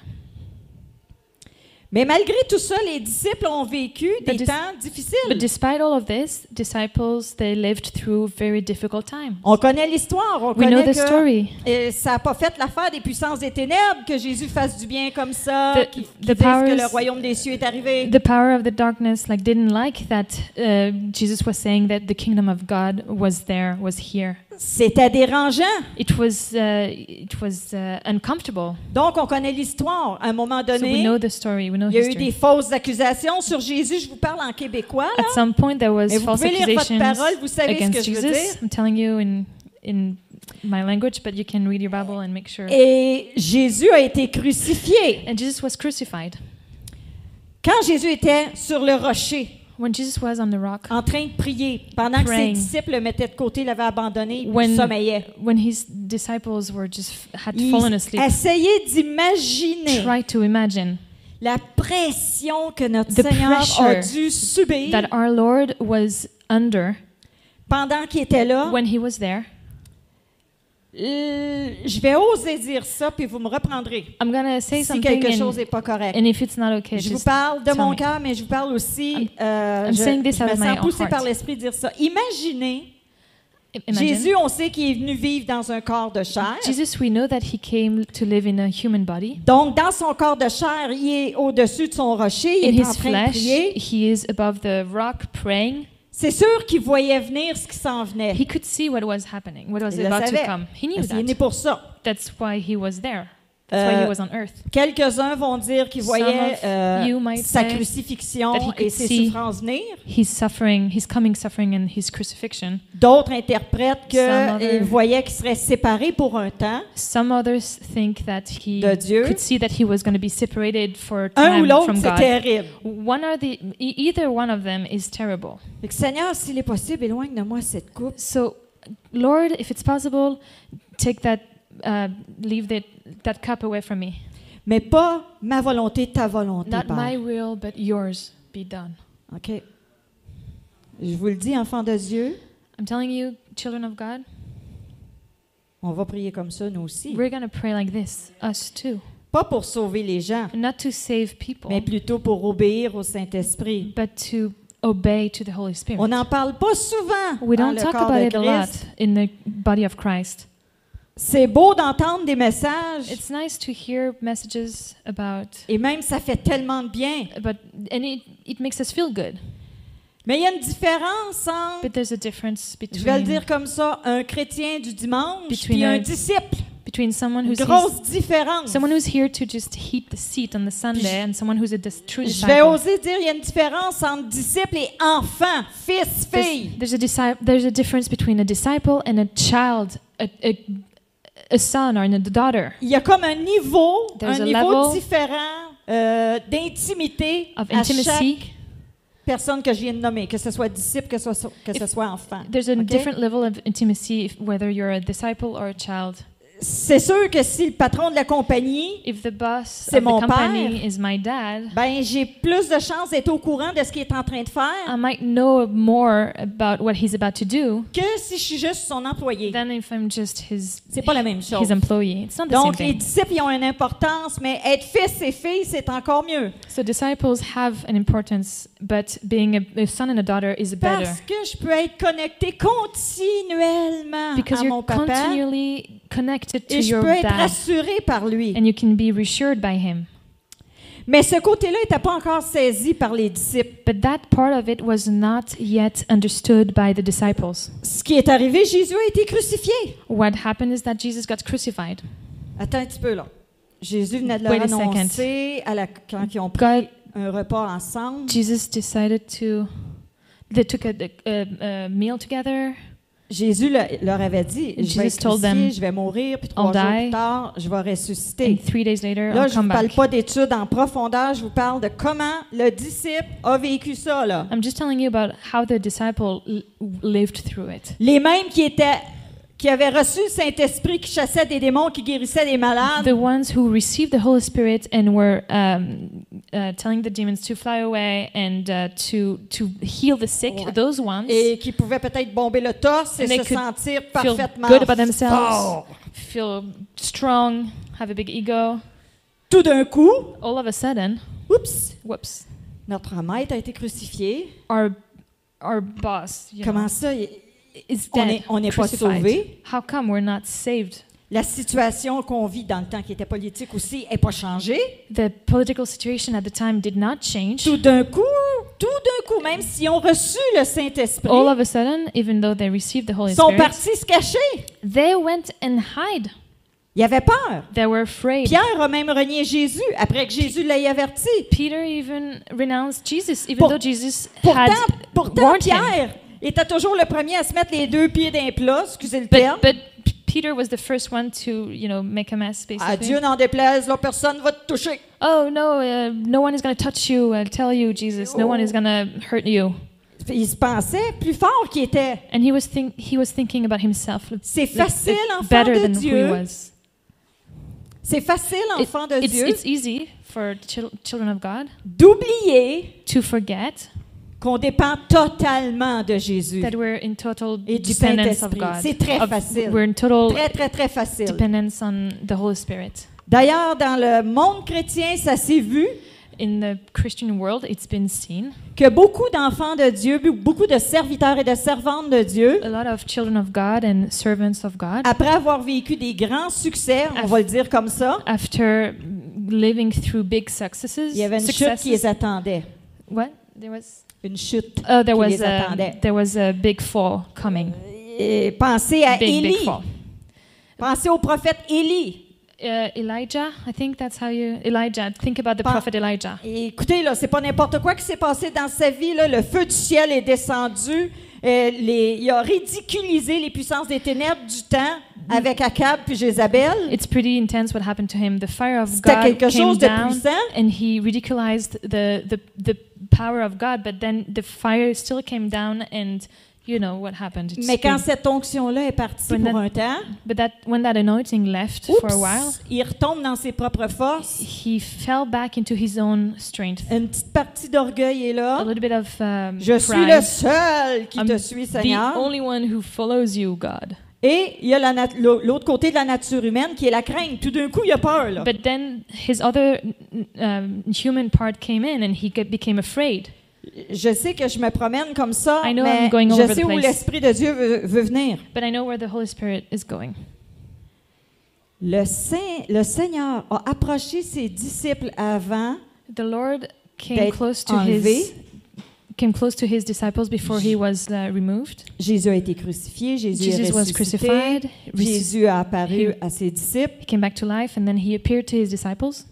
Speaker 1: Mais malgré tout ça, les disciples ont vécu des
Speaker 2: But dis-
Speaker 1: temps
Speaker 2: But
Speaker 1: difficiles.
Speaker 2: despite all of this, disciples they lived through very difficult time.
Speaker 1: On connaît l'histoire, on
Speaker 2: We know
Speaker 1: connaît
Speaker 2: the
Speaker 1: que
Speaker 2: story.
Speaker 1: euh, ça n'a pas fait l'affaire des puissances des ténèbres que Jésus fasse du bien comme ça,
Speaker 2: The-
Speaker 1: qui, qui
Speaker 2: the
Speaker 1: disent que
Speaker 2: powers-
Speaker 1: le royaume des cieux est arrivé.
Speaker 2: the power of the darkness like didn't like that uh, jesus was saying that the kingdom of god was there was here
Speaker 1: C'était dérangeant.
Speaker 2: it was uh, it was uh, uncomfortable
Speaker 1: Donc, on connaît l'histoire. À un moment
Speaker 2: so we
Speaker 1: donné,
Speaker 2: know the story we know
Speaker 1: il y a eu des
Speaker 2: history
Speaker 1: fausses accusations sur Jésus. Je vous parle en québécois. là.
Speaker 2: at some point there was
Speaker 1: Mais vous
Speaker 2: false
Speaker 1: pouvez lire votre
Speaker 2: accusations
Speaker 1: parole, vous savez ce que
Speaker 2: against
Speaker 1: je veux dire.
Speaker 2: jesus i'm telling you in in my language but you can read your bible and make sure
Speaker 1: Et Jésus a été crucifié.
Speaker 2: and jesus was crucified
Speaker 1: Quand Jésus était sur le rocher,
Speaker 2: when jesus was on the rock
Speaker 1: en train de prier, pendant que ses
Speaker 2: Praying.
Speaker 1: disciples le mettaient de côté, l'avaient abandonné, puis
Speaker 2: When-
Speaker 1: sommeillait.
Speaker 2: when his disciples were just had fallen
Speaker 1: Il
Speaker 2: asleep
Speaker 1: essayait d'imaginer
Speaker 2: try to imagine
Speaker 1: la pression que notre
Speaker 2: The
Speaker 1: Seigneur a
Speaker 2: pressure
Speaker 1: dû subir
Speaker 2: that our lord was under
Speaker 1: pendant qu'il était là.
Speaker 2: when he was there
Speaker 1: Euh, Je vais oser dire ça, puis vous me reprendrez
Speaker 2: I'm gonna say
Speaker 1: si
Speaker 2: something,
Speaker 1: quelque
Speaker 2: and,
Speaker 1: chose n'est pas correct.
Speaker 2: and if it's not okay,
Speaker 1: Je vous
Speaker 2: just
Speaker 1: parle de
Speaker 2: tell
Speaker 1: mon
Speaker 2: me.
Speaker 1: cœur, mais je vous parle aussi. euh,
Speaker 2: I'm
Speaker 1: je,
Speaker 2: saying this
Speaker 1: je
Speaker 2: out
Speaker 1: me
Speaker 2: of my
Speaker 1: sens
Speaker 2: own
Speaker 1: poussée
Speaker 2: heart.
Speaker 1: par l'esprit de dire ça. Imaginez,
Speaker 2: i- imagine.
Speaker 1: Jésus, on sait qu'il est venu vivre dans un corps de chair.
Speaker 2: Jesus, we know that he came to live in a human body.
Speaker 1: Donc, dans son corps de chair, il est au-dessus de son rocher,
Speaker 2: In
Speaker 1: il est en
Speaker 2: his
Speaker 1: train de
Speaker 2: flesh,
Speaker 1: prier.
Speaker 2: he is above the rock praying.
Speaker 1: C'est sûr qu'il voyait venir ce qui s'en venait.
Speaker 2: He could see what was happening, what was
Speaker 1: Il le
Speaker 2: about to
Speaker 1: savait.
Speaker 2: come. He knew
Speaker 1: Parce qu'il est né
Speaker 2: that.
Speaker 1: pour ça.
Speaker 2: That's why he was there. That's why
Speaker 1: Euh,
Speaker 2: he was on earth.
Speaker 1: Quelques-uns vont dire qu'ils
Speaker 2: Some
Speaker 1: voyaient
Speaker 2: of
Speaker 1: euh,
Speaker 2: you might
Speaker 1: sa
Speaker 2: say that he
Speaker 1: crucifixion
Speaker 2: could
Speaker 1: et ses
Speaker 2: see-
Speaker 1: souffrances venir.
Speaker 2: His suffering, his coming suffering, and his crucifixion.
Speaker 1: D'autres interprètent
Speaker 2: Some other-
Speaker 1: qu'ils voyaient qu'il serait séparé pour un temps.
Speaker 2: Some others think that he
Speaker 1: De Dieu.
Speaker 2: could see that he was going to be separated for a
Speaker 1: Un
Speaker 2: time
Speaker 1: ou l'autre,
Speaker 2: from
Speaker 1: c'est
Speaker 2: God.
Speaker 1: terrible.
Speaker 2: One or the e- either one of them is terrible.
Speaker 1: Fait que, Seigneur, s'il est possible, éloigne de moi cette coupe.
Speaker 2: So, Lord, if it's possible, take that, uh, leave that, that cup away from me.
Speaker 1: Mais pas ma volonté, ta volonté.
Speaker 2: Not
Speaker 1: Père.
Speaker 2: my will, but yours be done.
Speaker 1: OK. Je vous le dis, enfants de Dieu,
Speaker 2: I'm telling you, children of God,
Speaker 1: on va prier comme ça, nous aussi.
Speaker 2: we're going to pray like this, us too.
Speaker 1: Pas pour sauver les gens,
Speaker 2: not to save people,
Speaker 1: mais plutôt pour obéir au Saint-Esprit.
Speaker 2: but to obey to the Holy Spirit.
Speaker 1: On n'en parle pas souvent
Speaker 2: we
Speaker 1: dans
Speaker 2: don't
Speaker 1: le
Speaker 2: talk
Speaker 1: corps
Speaker 2: about
Speaker 1: de
Speaker 2: it a
Speaker 1: Christ.
Speaker 2: lot in the body of Christ.
Speaker 1: C'est beau d'entendre des messages
Speaker 2: It's nice to hear messages about,
Speaker 1: et même ça fait tellement de bien.
Speaker 2: but and it, it makes us feel good.
Speaker 1: Mais il y a une différence entre,
Speaker 2: But there's a difference
Speaker 1: je vais le
Speaker 2: between
Speaker 1: dire comme ça, un chrétien du dimanche
Speaker 2: Between
Speaker 1: et un
Speaker 2: un-
Speaker 1: disciple.
Speaker 2: between someone
Speaker 1: Une
Speaker 2: who's
Speaker 1: grosse différence.
Speaker 2: someone who's here to just heat the seat on
Speaker 1: Puis
Speaker 2: the
Speaker 1: je-
Speaker 2: Sunday and someone who's a dis- true
Speaker 1: Je vais
Speaker 2: disciple.
Speaker 1: oser dire, il y a une différence entre disciple et enfant, fils,
Speaker 2: There's,
Speaker 1: fille.
Speaker 2: there's a disci- there's a difference between a disciple and a child, a, a, a son or a daughter
Speaker 1: Il y a comme un niveau,
Speaker 2: There's
Speaker 1: un
Speaker 2: a
Speaker 1: niveau
Speaker 2: level
Speaker 1: différent euh, d'intimité
Speaker 2: of
Speaker 1: à chaque
Speaker 2: intimacy.
Speaker 1: personne que je viens de nommer, que ce soit disciple, que ce soit, que ce soit enfant.
Speaker 2: There's a
Speaker 1: Ok?
Speaker 2: different level of intimacy if, whether you're a disciple or a child.
Speaker 1: C'est sûr que si le patron de la compagnie,
Speaker 2: If the boss
Speaker 1: C'est
Speaker 2: of
Speaker 1: mon
Speaker 2: the company is my dad,
Speaker 1: ben j'ai plus de chances d'être au courant de ce qu'il est en train de faire
Speaker 2: I might know more about what he's about to do
Speaker 1: que si je suis juste son employé.
Speaker 2: than if I'm just his
Speaker 1: C'est pas la même chose.
Speaker 2: his employee. It's not the
Speaker 1: Donc les
Speaker 2: same thing.
Speaker 1: disciples ils ont une importance, mais être fils et fille, c'est encore mieux.
Speaker 2: So disciples have an importance, but being a, a son and a daughter is better
Speaker 1: Parce que je peux être connecté continuellement
Speaker 2: because
Speaker 1: à
Speaker 2: you're
Speaker 1: mon papa
Speaker 2: continually connected to
Speaker 1: et je
Speaker 2: your
Speaker 1: peux être
Speaker 2: dad,
Speaker 1: rassuré par lui.
Speaker 2: and you can be reassured by him.
Speaker 1: Mais ce côté-là n'était pas encore saisi par les disciples.
Speaker 2: But that part of it was not yet understood by the disciples.
Speaker 1: Ce qui est arrivé, Jésus a été crucifié.
Speaker 2: What happened is that Jesus got crucified.
Speaker 1: Attends un petit peu là. Jésus venait de leur
Speaker 2: Wait a second.
Speaker 1: annoncer à la, quand ils ont pris
Speaker 2: God,
Speaker 1: un repas ensemble.
Speaker 2: Jesus decided to. They took a, a, a meal together.
Speaker 1: Jésus le- leur avait dit, je vais
Speaker 2: Jesus
Speaker 1: être
Speaker 2: told them,
Speaker 1: crucifié, je vais mourir, puis trois
Speaker 2: I'll
Speaker 1: jours
Speaker 2: die.
Speaker 1: plus tard, je vais ressusciter.
Speaker 2: And three days later,
Speaker 1: Là,
Speaker 2: I'll
Speaker 1: je ne
Speaker 2: come
Speaker 1: vous parle
Speaker 2: back.
Speaker 1: pas d'études en profondeur, je vous parle de comment le disciple a vécu ça. Là.
Speaker 2: I'm just telling you about how the disciple l- lived through it.
Speaker 1: Les mêmes qui étaient qui avaient reçu le Saint-Esprit, qui chassaient des démons, qui guérissaient des malades,
Speaker 2: The ones who received the Holy Spirit and were um, uh, telling the demons to fly away and uh, to to heal the sick,
Speaker 1: Ouais.
Speaker 2: those ones
Speaker 1: et qui pouvaient peut-être bomber le torse et
Speaker 2: And they
Speaker 1: se
Speaker 2: could
Speaker 1: sentir
Speaker 2: feel
Speaker 1: parfaitement
Speaker 2: good about themselves,
Speaker 1: forts.
Speaker 2: feel strong, have a big ego.
Speaker 1: Tout d'un coup,
Speaker 2: All of a sudden,
Speaker 1: oups,
Speaker 2: whoops,
Speaker 1: notre maître a été crucifié.
Speaker 2: our our boss you
Speaker 1: Comment
Speaker 2: know,
Speaker 1: ça? il-
Speaker 2: is
Speaker 1: On
Speaker 2: dead,
Speaker 1: est- on n'est pas
Speaker 2: crucified.
Speaker 1: sauvé.
Speaker 2: How come we're not saved?
Speaker 1: La situation qu'on vit dans le temps qui était politique aussi n'est pas changée.
Speaker 2: The political situation at the time did not change.
Speaker 1: Tout d'un coup, tout d'un coup, même si on reçu le Saint-Esprit,
Speaker 2: All of a sudden, even though they received the Holy
Speaker 1: ils sont
Speaker 2: Spirit,
Speaker 1: partis se cacher.
Speaker 2: they went and hide.
Speaker 1: Ils avaient peur.
Speaker 2: They were afraid.
Speaker 1: Pierre a même renié Jésus après que Jésus l'ait averti.
Speaker 2: Peter even renounced Jesus, even
Speaker 1: Pour-
Speaker 2: though Jesus
Speaker 1: Pourtant,
Speaker 2: had
Speaker 1: pourtant
Speaker 2: warned him.
Speaker 1: Pierre était toujours le premier à se mettre les deux pieds d'un plat, excusez le terme.
Speaker 2: But, but P- Peter was the first one to, you know, make a mess,
Speaker 1: à
Speaker 2: basically.
Speaker 1: Ah, Dieu n'en déplaise, là, personne va te toucher.
Speaker 2: Oh no, uh, no one is going to touch you. I'll tell you, Jesus, no one is going to hurt you.
Speaker 1: Il se pensait plus fort qu'il était.
Speaker 2: And he was think he was thinking about himself. It's
Speaker 1: C'est facile, enfant
Speaker 2: better
Speaker 1: de
Speaker 2: than who he
Speaker 1: Dieu.
Speaker 2: was.
Speaker 1: C'est facile,
Speaker 2: It-
Speaker 1: enfant de
Speaker 2: it's,
Speaker 1: Dieu,
Speaker 2: it's easy for chil- children of God
Speaker 1: d'oublier
Speaker 2: to forget
Speaker 1: qu'on dépend totalement de Jésus.
Speaker 2: that we're in total
Speaker 1: Et du
Speaker 2: dependence of
Speaker 1: Saint-Esprit.
Speaker 2: God.
Speaker 1: C'est très
Speaker 2: Of-
Speaker 1: facile.
Speaker 2: We're in total
Speaker 1: Très, très, très facile.
Speaker 2: dependence on the Holy Spirit.
Speaker 1: D'ailleurs, dans le monde chrétien, ça s'est vu
Speaker 2: In the Christian world, it's been seen
Speaker 1: que beaucoup d'enfants de Dieu, beaucoup de serviteurs et de servantes de Dieu,
Speaker 2: a lot of children of God and servants of God
Speaker 1: après avoir vécu des grands succès, on va le dire comme ça,
Speaker 2: after living through big successes.
Speaker 1: il y avait une chute qui
Speaker 2: successes
Speaker 1: les attendait.
Speaker 2: what? There was
Speaker 1: Une chute.
Speaker 2: Oh,
Speaker 1: qui
Speaker 2: there was
Speaker 1: les
Speaker 2: a,
Speaker 1: attendait.
Speaker 2: there was a big fall coming.
Speaker 1: Et pensez à
Speaker 2: Big, big
Speaker 1: Élie.
Speaker 2: fall.
Speaker 1: Pensez au prophète Élie.
Speaker 2: Uh, Elijah, I think that's how you Elijah. Think about the
Speaker 1: Pa-
Speaker 2: prophet Elijah.
Speaker 1: Et écoutez, là, c'est pas n'importe quoi qui s'est passé dans sa vie. là. Le feu du ciel est descendu. Euh, les- il a ridiculisé les puissances des ténèbres du temps avec Akab puis Jézabel.
Speaker 2: It's pretty intense what happened to him. The fire of
Speaker 1: C'était
Speaker 2: God
Speaker 1: quelque
Speaker 2: came
Speaker 1: chose de
Speaker 2: down,
Speaker 1: puissant.
Speaker 2: and he ridiculized the, the the power of God. But then the fire still came down, and you know what happened. It's
Speaker 1: Mais quand
Speaker 2: been-
Speaker 1: cette onction-là est partie
Speaker 2: When
Speaker 1: pour
Speaker 2: that-
Speaker 1: un temps,
Speaker 2: but that when that anointing left for a while,
Speaker 1: oups, il retombe dans ses propres forces.
Speaker 2: he fell back into his own strength.
Speaker 1: Une petite partie d'orgueil est
Speaker 2: A
Speaker 1: là.
Speaker 2: little bit of um,
Speaker 1: Je suis
Speaker 2: pride.
Speaker 1: le seul qui
Speaker 2: I'm
Speaker 1: te suit,
Speaker 2: the
Speaker 1: Seigneur.
Speaker 2: only one who follows you, God.
Speaker 1: Et il y a la nat- l'au- l'autre côté de la nature humaine qui est la crainte. Tout d'un coup, il a peur. là.
Speaker 2: But then his other um, human part came in and he get, became afraid.
Speaker 1: Je sais que je me promène comme ça,
Speaker 2: I know
Speaker 1: mais
Speaker 2: I'm going
Speaker 1: je
Speaker 2: over
Speaker 1: sais
Speaker 2: the
Speaker 1: où
Speaker 2: place.
Speaker 1: l'Esprit de Dieu veut, veut venir.
Speaker 2: But I know where the Holy Spirit is going.
Speaker 1: Le, Saint- le Seigneur a approché ses disciples avant
Speaker 2: The Lord came
Speaker 1: d'être
Speaker 2: close to his
Speaker 1: enlevé.
Speaker 2: came close to his disciples before he was uh, removed.
Speaker 1: Jésus a été crucifié, Jésus est
Speaker 2: Jesus was
Speaker 1: ressuscité.
Speaker 2: crucified. ressusc-
Speaker 1: Jésus a apparu
Speaker 2: He-
Speaker 1: à ses disciples.
Speaker 2: He came back to life and then he appeared to his disciples.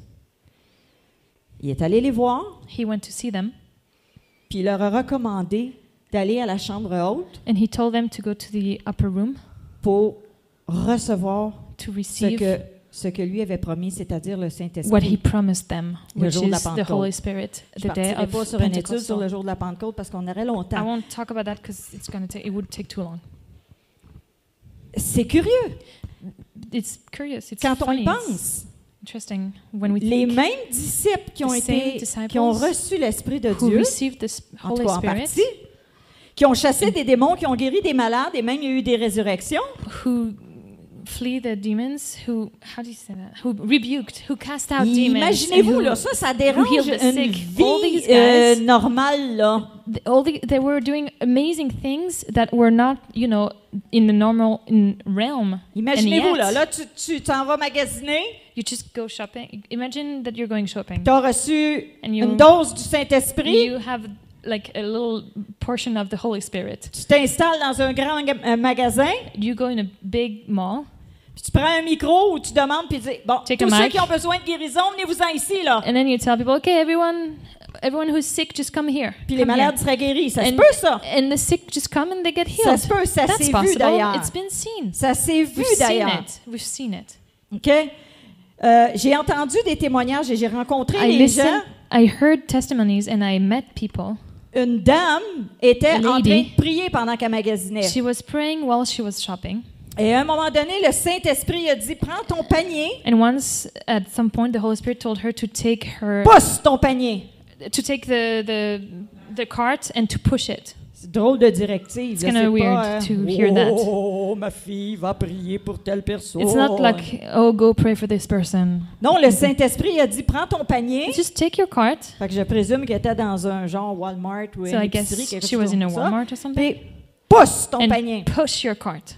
Speaker 1: Il est allé les voir,
Speaker 2: He went to see them
Speaker 1: puis il leur a recommandé d'aller à la chambre haute
Speaker 2: and he told them to go to the upper room
Speaker 1: pour recevoir
Speaker 2: to
Speaker 1: ce
Speaker 2: receive
Speaker 1: que, ce que lui avait promis, c'est-à-dire le
Speaker 2: what he
Speaker 1: Saint-Esprit.
Speaker 2: promised them,
Speaker 1: Le
Speaker 2: which
Speaker 1: jour de la
Speaker 2: is the
Speaker 1: Pentecôte.
Speaker 2: Holy Spirit,
Speaker 1: Je
Speaker 2: the
Speaker 1: ne
Speaker 2: day
Speaker 1: partirai
Speaker 2: of
Speaker 1: pas sur une étude sur le
Speaker 2: Pentecost.
Speaker 1: jour de la Pentecôte parce qu'on aurait
Speaker 2: I
Speaker 1: longtemps.
Speaker 2: won't talk about that because it's going to take. It would take too long.
Speaker 1: C'est curieux
Speaker 2: It's curious. It's
Speaker 1: quand on y
Speaker 2: funny. it's
Speaker 1: pense.
Speaker 2: interesting when we
Speaker 1: Les
Speaker 2: think
Speaker 1: mêmes disciples qui ont
Speaker 2: the same
Speaker 1: été,
Speaker 2: disciples
Speaker 1: qui ont reçu l'Esprit de
Speaker 2: who
Speaker 1: Dieu,
Speaker 2: received this
Speaker 1: en
Speaker 2: Holy
Speaker 1: tout cas en
Speaker 2: Spirit,
Speaker 1: partie, qui ont chassé des démons, qui ont guéri des malades et même il y a eu des résurrections.
Speaker 2: who flee the demons, who how do you say that? Who rebuked, who cast out demons. and
Speaker 1: Imaginez-vous,
Speaker 2: who-
Speaker 1: là, ça, ça dérange
Speaker 2: healed the
Speaker 1: une
Speaker 2: sick. All
Speaker 1: vie
Speaker 2: these guys-
Speaker 1: euh, normale, là.
Speaker 2: th- all the, they were doing amazing things that were not, you know, in the normal in realm.
Speaker 1: Imaginez-vous,
Speaker 2: And
Speaker 1: là,
Speaker 2: yet-
Speaker 1: là, tu- tu t'en vas magasiner,
Speaker 2: You just go shopping. Imagine that you're going shopping
Speaker 1: tu as reçu
Speaker 2: and
Speaker 1: une
Speaker 2: you
Speaker 1: dose du Saint-Esprit,
Speaker 2: you have like a little portion of the Holy Spirit.
Speaker 1: tu t'installes dans un grand ga- un magasin,
Speaker 2: You go in a big mall
Speaker 1: puis tu prends un micro ou tu demandes, puis tu dis, bon,
Speaker 2: Check
Speaker 1: tous
Speaker 2: a
Speaker 1: ceux
Speaker 2: mic. Euh,
Speaker 1: qui ont besoin de guérison, venez-vous-en ici, là.
Speaker 2: and then you tell people, okay, everyone, everyone who's sick, just come here.
Speaker 1: Puis les
Speaker 2: Come
Speaker 1: malades
Speaker 2: here."
Speaker 1: seraient guéris. Ça se
Speaker 2: And-
Speaker 1: peut, ça.
Speaker 2: And the sick just come and they get
Speaker 1: Ça se
Speaker 2: healed.
Speaker 1: peut, ça
Speaker 2: oh, That's
Speaker 1: s'est vu
Speaker 2: possible.
Speaker 1: d'ailleurs.
Speaker 2: It's been seen.
Speaker 1: Ça s'est vu
Speaker 2: We've seen
Speaker 1: d'ailleurs.
Speaker 2: it. We've seen it.
Speaker 1: OK? Euh, j'ai entendu des témoignages et j'ai rencontré
Speaker 2: I
Speaker 1: des gens.
Speaker 2: listened. I heard testimonies and I met people.
Speaker 1: Une dame était en train
Speaker 2: Lady.
Speaker 1: de prier pendant qu'elle magasinait.
Speaker 2: She was praying while she was shopping.
Speaker 1: Et à un moment donné, le Saint-Esprit a dit Prends ton panier,
Speaker 2: And once, at some point, the Holy Spirit told her to take her,
Speaker 1: pousse ton panier.
Speaker 2: to take the, the, the cart and to push it.
Speaker 1: C'est drôle de directive.
Speaker 2: It's
Speaker 1: là,
Speaker 2: kinda
Speaker 1: c'est pas,
Speaker 2: weird
Speaker 1: euh,
Speaker 2: to hear that.
Speaker 1: Oh, ma fille va prier pour telle personne.
Speaker 2: It's not like, oh, go pray for this person.
Speaker 1: Non, le Saint-Esprit a dit Prends ton panier.
Speaker 2: Just take your cart.
Speaker 1: Fait que je présume qu'elle était dans un genre Walmart ou
Speaker 2: So
Speaker 1: une
Speaker 2: I
Speaker 1: épicerie, quelque
Speaker 2: guess she
Speaker 1: chose
Speaker 2: was in a
Speaker 1: comme ça.
Speaker 2: Walmart or something.
Speaker 1: Puis, pousse ton panier.
Speaker 2: And push your cart.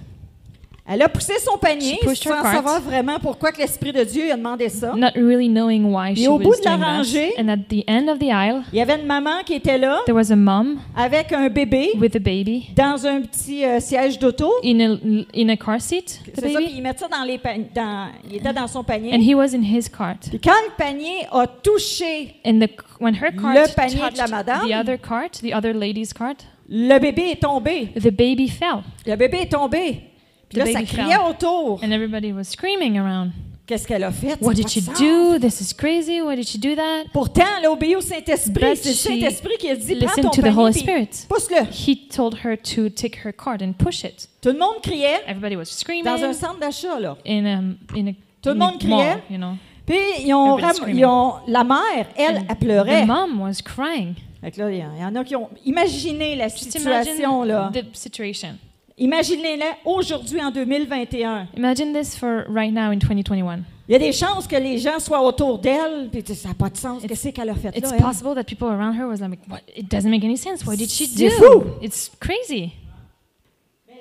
Speaker 1: Elle a poussé son panier
Speaker 2: She pushed
Speaker 1: sans
Speaker 2: her cart.
Speaker 1: savoir vraiment pourquoi que l'Esprit de Dieu a demandé ça.
Speaker 2: Not really knowing why she
Speaker 1: au
Speaker 2: was
Speaker 1: bout de la
Speaker 2: doing that.
Speaker 1: rangée-
Speaker 2: And at the end of the aisle,
Speaker 1: Il y avait une maman qui était là
Speaker 2: there was a mom
Speaker 1: avec un bébé
Speaker 2: with a baby
Speaker 1: dans un petit euh, siège d'auto.
Speaker 2: in a, in a car seat. The
Speaker 1: C'est ça, puis
Speaker 2: baby.
Speaker 1: il mettait ça dans les pan- dans, il était dans son
Speaker 2: And
Speaker 1: panier.
Speaker 2: he was in his cart.
Speaker 1: Puis quand le panier a touché,
Speaker 2: And the, when her cart
Speaker 1: Le panier de la
Speaker 2: touched
Speaker 1: madame.
Speaker 2: the other cart, the other lady's cart,
Speaker 1: le bébé est tombé.
Speaker 2: the baby fell,
Speaker 1: Le bébé est tombé. Puis
Speaker 2: The
Speaker 1: là, ça
Speaker 2: baby
Speaker 1: criait
Speaker 2: fell.
Speaker 1: autour.
Speaker 2: and everybody was screaming around.
Speaker 1: Qu'est-ce qu'elle a fait? C'est
Speaker 2: What did
Speaker 1: pas
Speaker 2: she
Speaker 1: ça.
Speaker 2: do? This is crazy. Why did she do that?
Speaker 1: Pourtant, elle a obéi au Saint-Esprit.
Speaker 2: But
Speaker 1: C'est le
Speaker 2: she
Speaker 1: Saint-Esprit qui a dit, prends
Speaker 2: Listen
Speaker 1: ton
Speaker 2: to the Holy
Speaker 1: panier puis
Speaker 2: Spirit.
Speaker 1: pousse-le.
Speaker 2: He told her to take her cart and push it.
Speaker 1: Tout le monde criait
Speaker 2: Everybody was screaming
Speaker 1: dans un centre d'achat, là.
Speaker 2: in a in a,
Speaker 1: Tout le
Speaker 2: in
Speaker 1: monde
Speaker 2: a mall,
Speaker 1: criait.
Speaker 2: you know.
Speaker 1: Puis ils ont,
Speaker 2: Everybody's
Speaker 1: ram-
Speaker 2: screaming.
Speaker 1: ils ont- la mère, elle, elle pleurait.
Speaker 2: The mom was crying.
Speaker 1: Fait que là, il y en- il y en a qui ont imaginé la
Speaker 2: Just imagine
Speaker 1: situation là.
Speaker 2: the situation.
Speaker 1: Imaginez-la aujourd'hui en 2021.
Speaker 2: Imagine this for right now in 2021.
Speaker 1: Il y a des chances que les gens soient autour d'elle puis tu sais, ça n'a pas de sens. Qu'est-ce qu'elle a fait
Speaker 2: It's
Speaker 1: là elle?
Speaker 2: possible that people around her was like, "What? It doesn't make any sense. What did she
Speaker 1: C'est
Speaker 2: do?
Speaker 1: fou.
Speaker 2: It's crazy."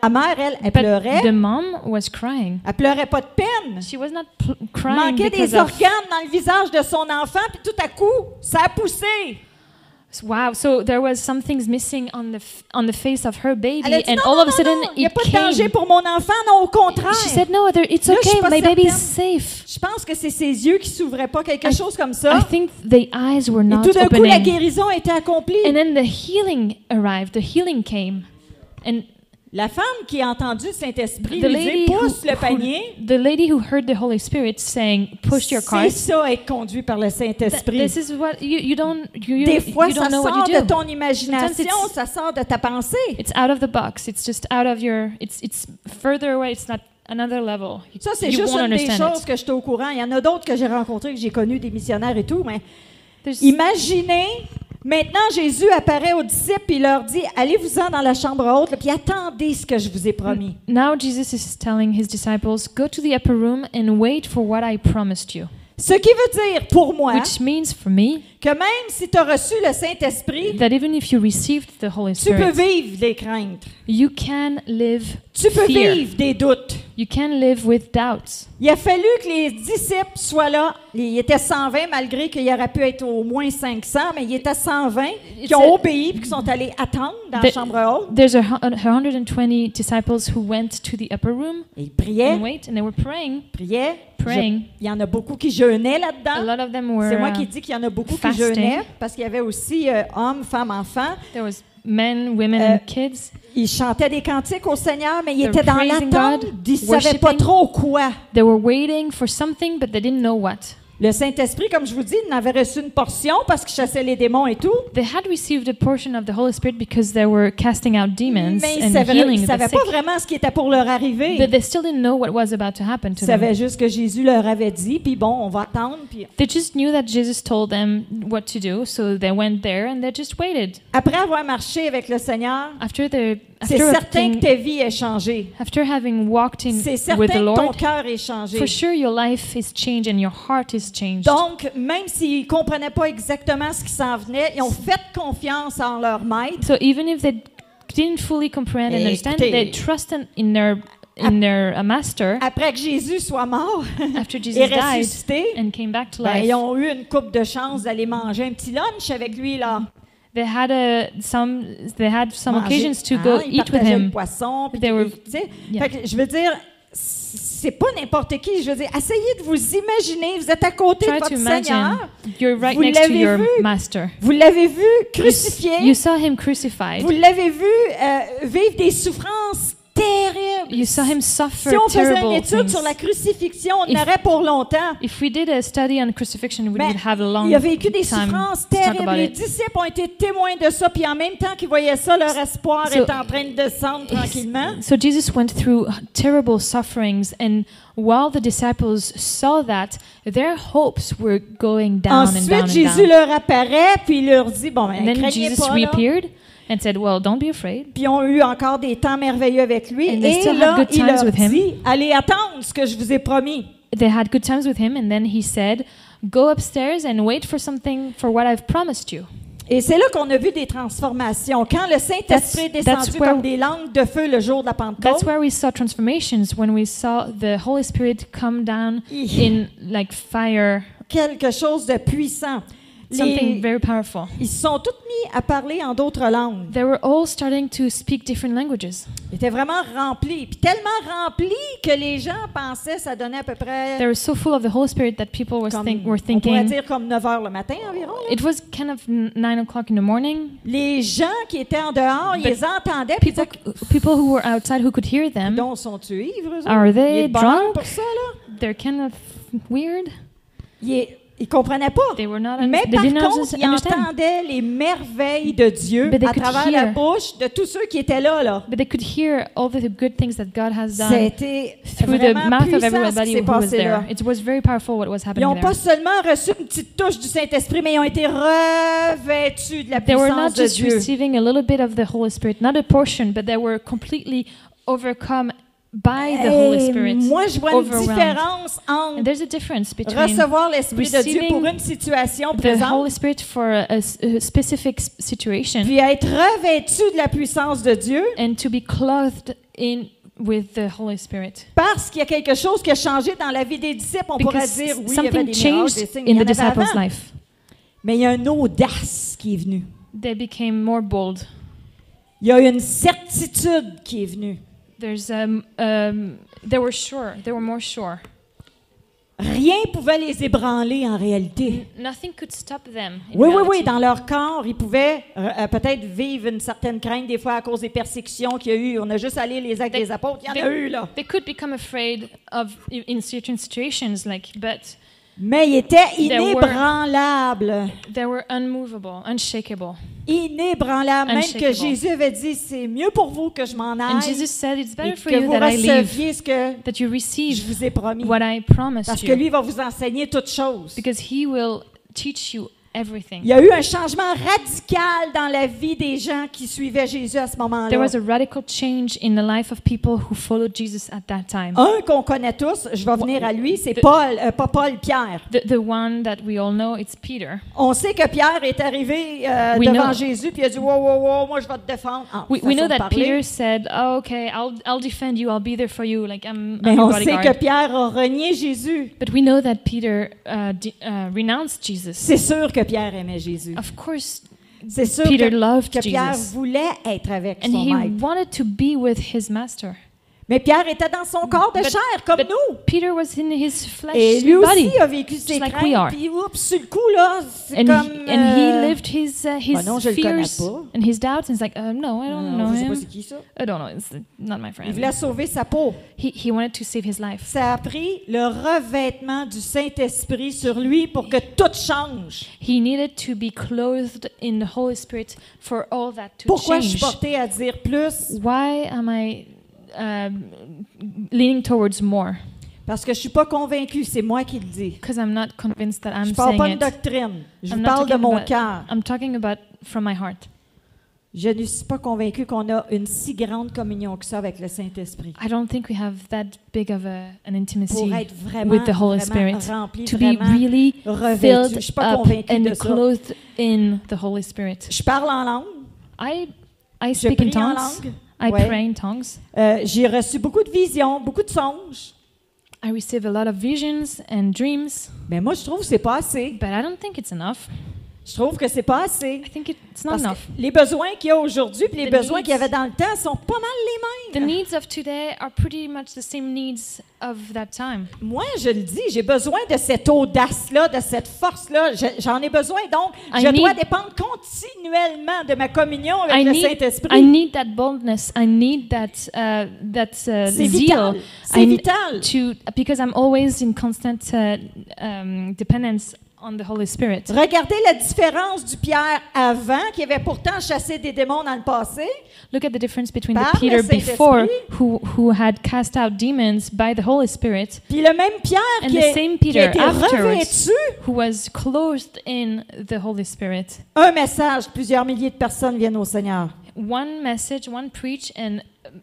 Speaker 1: La mère, elle, elle pleurait.
Speaker 2: But the mom was crying.
Speaker 1: Elle pleurait pas de peine.
Speaker 2: She was not pl- crying
Speaker 1: Manquait
Speaker 2: because
Speaker 1: des
Speaker 2: of
Speaker 1: organes dans le visage de son enfant puis tout à coup, ça a poussé.
Speaker 2: wow. So there was some things missing on the f- on the face of her baby,
Speaker 1: Elle a dit
Speaker 2: and
Speaker 1: non,
Speaker 2: all
Speaker 1: non,
Speaker 2: of a
Speaker 1: non,
Speaker 2: sudden
Speaker 1: non, il n'y a
Speaker 2: it
Speaker 1: pas de danger
Speaker 2: came.
Speaker 1: pour mon enfant, non au contraire.
Speaker 2: She said, "No, there, it's
Speaker 1: Là, je suis
Speaker 2: okay.
Speaker 1: pas
Speaker 2: My baby is safe."
Speaker 1: Je pense que c'est ses yeux qui s'ouvraient pas, quelque
Speaker 2: I-
Speaker 1: chose comme
Speaker 2: I
Speaker 1: ça.
Speaker 2: think the eyes were
Speaker 1: Et
Speaker 2: not
Speaker 1: tout d'un coup, la
Speaker 2: opening.
Speaker 1: guérison a été accomplie.
Speaker 2: And then the healing arrived. The healing came, and
Speaker 1: La femme qui a entendu le Saint-Esprit
Speaker 2: the
Speaker 1: lui dire
Speaker 2: lady who,
Speaker 1: pousse le panier.
Speaker 2: who- the lady who heard the Holy Spirit saying, "Push your
Speaker 1: C'est
Speaker 2: cart."
Speaker 1: ça être conduit par le
Speaker 2: Th-
Speaker 1: Saint-Esprit.
Speaker 2: this is what you, you don't you, you,
Speaker 1: Des fois,
Speaker 2: you
Speaker 1: ça
Speaker 2: don't know
Speaker 1: sort
Speaker 2: what you
Speaker 1: de
Speaker 2: do.
Speaker 1: ton imagination,
Speaker 2: it's-
Speaker 1: ça sort de ta pensée.
Speaker 2: It's out of the box. It's just out of your. It's it's further away. It's not another level. You,
Speaker 1: Ça, c'est
Speaker 2: you
Speaker 1: juste
Speaker 2: won't
Speaker 1: une des
Speaker 2: understand
Speaker 1: choses
Speaker 2: it.
Speaker 1: que j'étais au courant. Il y en a d'autres que j'ai rencontrées, que j'ai connues, des missionnaires et tout, mais
Speaker 2: There's-
Speaker 1: imaginez Maintenant, Jésus apparaît aux disciples et leur dit Allez-vous-en dans la chambre haute, là, puis attendez ce que je vous ai promis.
Speaker 2: Now Jesus is telling his disciples, Go to the upper room and wait for what I promised you.
Speaker 1: Ce qui veut dire pour moi
Speaker 2: Which means for me
Speaker 1: que même si tu as reçu le Saint-Esprit,
Speaker 2: that even if you received the Holy
Speaker 1: tu peux
Speaker 2: Spirit,
Speaker 1: vivre des craintes,
Speaker 2: you can live
Speaker 1: tu peux
Speaker 2: fear.
Speaker 1: vivre des doutes.
Speaker 2: You can live with doubts.
Speaker 1: Il a fallu que les disciples soient là. Ils étaient 120, malgré qu'il aurait pu être au moins 500, mais ils étaient 120 qui ont
Speaker 2: a-
Speaker 1: obéi puis qui sont allés attendre dans la
Speaker 2: The-
Speaker 1: chambre haute.
Speaker 2: There's a hu- 120 disciples who went to the upper room
Speaker 1: Et Ils priaient,
Speaker 2: and wait, and they were praying.
Speaker 1: priaient. Je-
Speaker 2: Praying.
Speaker 1: il y en a beaucoup qui jeûnaient
Speaker 2: A
Speaker 1: là-dedans.
Speaker 2: lot of them were.
Speaker 1: C'est moi
Speaker 2: uh,
Speaker 1: qui dis qu'il y en a beaucoup qui
Speaker 2: fasting.
Speaker 1: jeûnaient parce qu'il y avait aussi euh, hommes, femmes, enfants.
Speaker 2: There was men, women,
Speaker 1: Uh,
Speaker 2: and kids.
Speaker 1: Ils chantaient des cantiques au Seigneur, mais ils
Speaker 2: They're
Speaker 1: étaient dans
Speaker 2: praising
Speaker 1: l'attente.
Speaker 2: God,
Speaker 1: Ils ne savaient pas
Speaker 2: worshiping.
Speaker 1: trop quoi.
Speaker 2: They were waiting for something, but they didn't know what.
Speaker 1: Le Saint-Esprit, comme je vous dis, n'avait reçu une portion parce qu'il chassait les démons et tout.
Speaker 2: They had received a portion of the Holy Spirit because they were casting out demons
Speaker 1: Mais ils
Speaker 2: and
Speaker 1: savaient,
Speaker 2: healing
Speaker 1: ils
Speaker 2: the
Speaker 1: savaient
Speaker 2: sick.
Speaker 1: pas vraiment ce qui était pour leur arriver.
Speaker 2: But they still didn't know what was about to happen
Speaker 1: Ils
Speaker 2: to them.
Speaker 1: savaient juste que Jésus leur avait dit, puis bon, on va attendre. Puis
Speaker 2: They just knew that Jesus told them what to do, so they went there and they just waited.
Speaker 1: après avoir marché avec le Seigneur,
Speaker 2: After the
Speaker 1: c'est
Speaker 2: after,
Speaker 1: certain que
Speaker 2: having,
Speaker 1: ta vie est changée.
Speaker 2: after having walked in
Speaker 1: C'est certain
Speaker 2: with the
Speaker 1: que ton
Speaker 2: Lord,
Speaker 1: cœur est changé.
Speaker 2: for sure your life is changed and your heart is changed.
Speaker 1: Donc, même s'ils ne comprenaient pas exactement ce qui s'en venait, ils ont fait confiance en leur maître.
Speaker 2: So even if they didn't fully comprehend and
Speaker 1: Eh,
Speaker 2: understand,
Speaker 1: écoutez.
Speaker 2: they trusted in their in their uh, master
Speaker 1: Après que Jésus soit mort
Speaker 2: after
Speaker 1: et
Speaker 2: Jesus died
Speaker 1: ressuscité,
Speaker 2: and came back to
Speaker 1: ben,
Speaker 2: life.
Speaker 1: ils ont eu une coupe de chance d'aller manger un petit lunch avec lui. Là.
Speaker 2: They had a some they had some
Speaker 1: Manger.
Speaker 2: occasions to
Speaker 1: Hein,
Speaker 2: go
Speaker 1: ils
Speaker 2: eat with
Speaker 1: partageaient le
Speaker 2: him.
Speaker 1: poisson. puis
Speaker 2: They were-
Speaker 1: tu sais.
Speaker 2: Yeah.
Speaker 1: Fait que je veux dire, c'est pas n'importe qui. Je veux dire, essayez de vous imaginer, vous êtes à côté
Speaker 2: Try
Speaker 1: de votre
Speaker 2: to
Speaker 1: Seigneur.
Speaker 2: imagine you're right
Speaker 1: Vous
Speaker 2: next to
Speaker 1: l'avez
Speaker 2: your
Speaker 1: vu
Speaker 2: master.
Speaker 1: Vous l'avez vu
Speaker 2: You s-
Speaker 1: crucifié.
Speaker 2: You saw him crucified.
Speaker 1: vous l'avez vu euh, vivre des souffrances terribles.
Speaker 2: You saw him suffer
Speaker 1: Si on faisait une
Speaker 2: terrible
Speaker 1: étude
Speaker 2: things.
Speaker 1: sur la crucifixion, on
Speaker 2: If-
Speaker 1: aurait pour longtemps.
Speaker 2: If we did a study on crucifixion, we
Speaker 1: Mais
Speaker 2: would have a long
Speaker 1: Il a vécu des
Speaker 2: time
Speaker 1: souffrances
Speaker 2: to talk
Speaker 1: terribles.
Speaker 2: about
Speaker 1: Les
Speaker 2: it.
Speaker 1: disciples ont été témoins de ça, puis en même temps qu'ils voyaient ça, leur espoir
Speaker 2: So-
Speaker 1: est en train de descendre tranquillement.
Speaker 2: So Jesus went through terrible sufferings, and while the disciples saw that, their hopes were going down and down
Speaker 1: Ensuite,
Speaker 2: and
Speaker 1: Jésus
Speaker 2: down.
Speaker 1: leur apparaît, puis il leur dit, bon, ben,
Speaker 2: And then
Speaker 1: craignez
Speaker 2: Jesus
Speaker 1: pas, là.
Speaker 2: reappeared and said, "Well, don't be afraid."
Speaker 1: Puis ils ont eu encore des temps merveilleux avec lui.
Speaker 2: And they
Speaker 1: Et
Speaker 2: still had
Speaker 1: là,
Speaker 2: good
Speaker 1: il
Speaker 2: times
Speaker 1: leur
Speaker 2: with him.
Speaker 1: dit, allez attendre ce que je vous ai promis.
Speaker 2: They had good times with him, and then he said, "Go upstairs and wait for something for what I've promised you."
Speaker 1: Et c'est là qu'on a vu des transformations. Quand le Saint-Esprit est
Speaker 2: That's-
Speaker 1: descendu
Speaker 2: that's where-
Speaker 1: comme des langues de feu le jour de la Pentecôte,
Speaker 2: That's where we saw transformations when we saw the Holy Spirit come down in like fire,
Speaker 1: quelque chose de puissant. Les-
Speaker 2: something very powerful.
Speaker 1: Ils se sont tous mis à parler en d'autres langues.
Speaker 2: They were all starting to speak different languages.
Speaker 1: Ils étaient vraiment remplis. Puis tellement remplis que les gens pensaient ça donnait à peu près
Speaker 2: They were so full of the Holy Spirit that people were,
Speaker 1: comme,
Speaker 2: think, were
Speaker 1: on pourrait
Speaker 2: thinking.
Speaker 1: dire comme 9 heures le matin environ. là.
Speaker 2: It was kind of n- nine o'clock in the morning.
Speaker 1: Les gens qui étaient en dehors, ils
Speaker 2: But
Speaker 1: les entendaient. Puis
Speaker 2: People, people who were outside who could hear
Speaker 1: ils
Speaker 2: them,
Speaker 1: disaient, sont-tu ivres, eux autres?
Speaker 2: Are
Speaker 1: Il est
Speaker 2: they
Speaker 1: de bonne heure
Speaker 2: drunk?
Speaker 1: pour ça, là?
Speaker 2: They're kind of weird.
Speaker 1: Il est- Ils comprenaient pas.
Speaker 2: They were not. Un-
Speaker 1: Mais
Speaker 2: they
Speaker 1: par
Speaker 2: didn't
Speaker 1: contre, ils
Speaker 2: understand.
Speaker 1: entendaient les merveilles de Dieu
Speaker 2: But they
Speaker 1: à
Speaker 2: could
Speaker 1: travers
Speaker 2: hear.
Speaker 1: la bouche de tous ceux qui étaient là. là.
Speaker 2: But they could hear all the good things that God has done
Speaker 1: C'était
Speaker 2: through the
Speaker 1: vraiment
Speaker 2: mouth of
Speaker 1: puissant ce qui
Speaker 2: everybody
Speaker 1: s'est
Speaker 2: who was
Speaker 1: passé là.
Speaker 2: there. It was very powerful what was
Speaker 1: Ils
Speaker 2: happening
Speaker 1: n'ont
Speaker 2: there.
Speaker 1: pas seulement reçu une petite touche du Saint-Esprit, mais ils ont été revêtus de la
Speaker 2: They were not
Speaker 1: puissance de
Speaker 2: just
Speaker 1: Dieu.
Speaker 2: receiving a little bit of the Holy Spirit, not a portion, but they were completely overcome by the Holy
Speaker 1: Et
Speaker 2: Spirit.
Speaker 1: moi, je vois une
Speaker 2: overwhelmed.
Speaker 1: différence
Speaker 2: And
Speaker 1: entre
Speaker 2: there's a difference between
Speaker 1: recevoir l'Esprit de Dieu
Speaker 2: receiving
Speaker 1: pour une situation
Speaker 2: the Holy
Speaker 1: présente
Speaker 2: Spirit for a, a s- a specific s- situation
Speaker 1: puis être revêtu de la puissance de Dieu
Speaker 2: and to be clothed in with the Holy Spirit.
Speaker 1: parce qu'il y a quelque chose qui a changé dans la vie des disciples. On pourrait
Speaker 2: Because
Speaker 1: dire, oui, il y avait
Speaker 2: something
Speaker 1: des miracles,
Speaker 2: changed
Speaker 1: des signes, mais il y
Speaker 2: in the
Speaker 1: en avait
Speaker 2: disciples'
Speaker 1: avant.
Speaker 2: life.
Speaker 1: Mais il y a une audace qui est venue.
Speaker 2: They became more bold.
Speaker 1: Il y a une certitude qui est venue.
Speaker 2: There's um, um, they were sure. They were more sure.
Speaker 1: Rien pouvait les ébranler en réalité.
Speaker 2: Nothing could stop them. in
Speaker 1: Oui, oui, oui,
Speaker 2: reality.
Speaker 1: dans leur corps, ils pouvaient euh, euh, peut-être vivre une certaine crainte des fois à cause des persécutions qu'il y a eu. On a juste allé les actes
Speaker 2: Des-
Speaker 1: des apôtres, il y en a
Speaker 2: des-
Speaker 1: eu là.
Speaker 2: They could become afraid of in certain situations, like, but
Speaker 1: Mais ils étaient
Speaker 2: They were-
Speaker 1: inébranlables.
Speaker 2: they were unmovable, unshakable.
Speaker 1: Inébranlables, même que
Speaker 2: Unshakable.
Speaker 1: Jésus avait dit, c'est mieux pour vous que je m'en
Speaker 2: And
Speaker 1: aille
Speaker 2: Jesus said, "It's
Speaker 1: et
Speaker 2: better for
Speaker 1: que
Speaker 2: you
Speaker 1: vous
Speaker 2: that I leave,
Speaker 1: receviez ce que
Speaker 2: that you
Speaker 1: je
Speaker 2: receive
Speaker 1: vous ai promis.
Speaker 2: what I promised
Speaker 1: Parce que
Speaker 2: you,
Speaker 1: lui va vous enseigner toutes choses.
Speaker 2: because He will teach you everything.
Speaker 1: Il y a eu un changement radical dans la vie des gens qui suivaient Jésus à ce
Speaker 2: There
Speaker 1: moment-là.
Speaker 2: was a radical change in the life of people who followed Jesus at that time.
Speaker 1: Un qu'on connaît tous, je vais venir à lui, c'est
Speaker 2: De-
Speaker 1: Paul, euh, pas Paul, Pierre.
Speaker 2: The, the one that we all know, it's Peter.
Speaker 1: On sait que Pierre est arrivé euh,
Speaker 2: We
Speaker 1: devant
Speaker 2: know.
Speaker 1: Jésus puis il a dit wow wow wow, moi je vais te défendre. Ah,
Speaker 2: We,
Speaker 1: façon
Speaker 2: we know
Speaker 1: de
Speaker 2: that
Speaker 1: parler.
Speaker 2: Peter said, oh, okay, I'll, I'll defend you, I'll be there for you, like I'm, I'm
Speaker 1: Mais
Speaker 2: your
Speaker 1: on sait que
Speaker 2: bodyguard.
Speaker 1: Pierre a renié Jésus.
Speaker 2: But we know that Peter uh, de- uh, renounced Jesus.
Speaker 1: C'est sûr que Pierre aimait Jésus.
Speaker 2: Of course,
Speaker 1: C'est sûr
Speaker 2: Peter
Speaker 1: que,
Speaker 2: loved
Speaker 1: que Pierre
Speaker 2: Jesus.
Speaker 1: voulait être avec
Speaker 2: And
Speaker 1: son
Speaker 2: he
Speaker 1: maître.
Speaker 2: wanted to be with his master.
Speaker 1: Mais Pierre était dans son corps de
Speaker 2: But-
Speaker 1: chair comme
Speaker 2: but-
Speaker 1: nous.
Speaker 2: Peter was in his
Speaker 1: Et
Speaker 2: fleshly
Speaker 1: lui
Speaker 2: body.
Speaker 1: aussi a vécu ses
Speaker 2: like we
Speaker 1: craintes.
Speaker 2: are.
Speaker 1: Puis oups, sur le coup là, c'est
Speaker 2: And,
Speaker 1: comme.
Speaker 2: he, and he
Speaker 1: euh,
Speaker 2: lived his, uh, his
Speaker 1: bah non, je le connais
Speaker 2: fears
Speaker 1: pas.
Speaker 2: and his doubts. And he's like, uh, no, I don't
Speaker 1: euh,
Speaker 2: know
Speaker 1: je sais pas c'est
Speaker 2: him.
Speaker 1: qui ça.
Speaker 2: I don't know. It's not my
Speaker 1: Il
Speaker 2: friend.
Speaker 1: voulait sauver sa peau.
Speaker 2: He, he wanted to save his life.
Speaker 1: Ça a pris le revêtement du Saint-Esprit sur lui pour que tout change.
Speaker 2: He needed to be clothed in the Holy Spirit for all that to
Speaker 1: Pourquoi je suis
Speaker 2: change.
Speaker 1: portée à dire plus?
Speaker 2: Why am I um, leaning towards more?
Speaker 1: Parce que je suis pas convaincue, c'est moi qui le dis.
Speaker 2: Because I'm not convinced that
Speaker 1: Je
Speaker 2: I'm
Speaker 1: parle
Speaker 2: saying
Speaker 1: pas de
Speaker 2: it.
Speaker 1: doctrine. Je
Speaker 2: I'm
Speaker 1: vous
Speaker 2: not
Speaker 1: parle de
Speaker 2: talking
Speaker 1: mon
Speaker 2: about-
Speaker 1: cœur.
Speaker 2: I'm talking about from my heart.
Speaker 1: Je ne suis pas convaincue qu'on a une si grande communion que ça avec le Saint-Esprit.
Speaker 2: I don't think we have that big of a, an
Speaker 1: Pour
Speaker 2: intimacy
Speaker 1: être vraiment,
Speaker 2: the
Speaker 1: vraiment
Speaker 2: Holy Spirit.
Speaker 1: rempli,
Speaker 2: to be
Speaker 1: vraiment
Speaker 2: really
Speaker 1: revêtu. Je suis
Speaker 2: filled
Speaker 1: pas
Speaker 2: up
Speaker 1: convaincue de
Speaker 2: and
Speaker 1: ça.
Speaker 2: clothed in the Holy Spirit.
Speaker 1: Je parle en langue.
Speaker 2: I I
Speaker 1: Je
Speaker 2: speak in
Speaker 1: prie en
Speaker 2: tongues.
Speaker 1: langue.
Speaker 2: I
Speaker 1: Ouais.
Speaker 2: pray in tongues.
Speaker 1: Euh, J'ai reçu beaucoup de visions, beaucoup de songes.
Speaker 2: I receive a lot of visions and dreams,
Speaker 1: Mais moi, je trouve que c'est pas assez.
Speaker 2: but I don't think it's enough.
Speaker 1: Je trouve que c'est pas assez.
Speaker 2: I think it's not
Speaker 1: Parce
Speaker 2: enough.
Speaker 1: que les besoins qu'il y a aujourd'hui puis les
Speaker 2: The
Speaker 1: besoins
Speaker 2: needs.
Speaker 1: qu'il y avait dans le temps sont pas mal les
Speaker 2: The
Speaker 1: mêmes.
Speaker 2: needs of today are pretty much the same needs of that time.
Speaker 1: Moi, je le dis, j'ai besoin de cette audace-là, de cette force-là. Je- J'en ai besoin. Donc,
Speaker 2: I
Speaker 1: je dois
Speaker 2: need-
Speaker 1: dépendre continuellement de ma communion avec
Speaker 2: I
Speaker 1: le
Speaker 2: need, I
Speaker 1: Saint-Esprit.
Speaker 2: need that boldness. I need that uh, that uh,
Speaker 1: C'est
Speaker 2: zeal.
Speaker 1: vital.
Speaker 2: I
Speaker 1: C'est
Speaker 2: n-
Speaker 1: vital.
Speaker 2: to because I'm always in constant uh, um, dependence on the Holy Spirit.
Speaker 1: Regardez la différence du Pierre avant, qui avait pourtant chassé des démons dans le passé,
Speaker 2: Look at the difference between
Speaker 1: Par
Speaker 2: the
Speaker 1: le
Speaker 2: Peter
Speaker 1: Saint-Esprit.
Speaker 2: before who who had cast out demons by the Holy Spirit,
Speaker 1: puis le même Pierre
Speaker 2: And
Speaker 1: qui,
Speaker 2: the
Speaker 1: est-
Speaker 2: same
Speaker 1: qui a
Speaker 2: Peter
Speaker 1: été
Speaker 2: afterwards.
Speaker 1: revêtu.
Speaker 2: who was clothed in the Holy Spirit.
Speaker 1: Un message, plusieurs milliers de personnes viennent au Seigneur.
Speaker 2: One message, one preach, and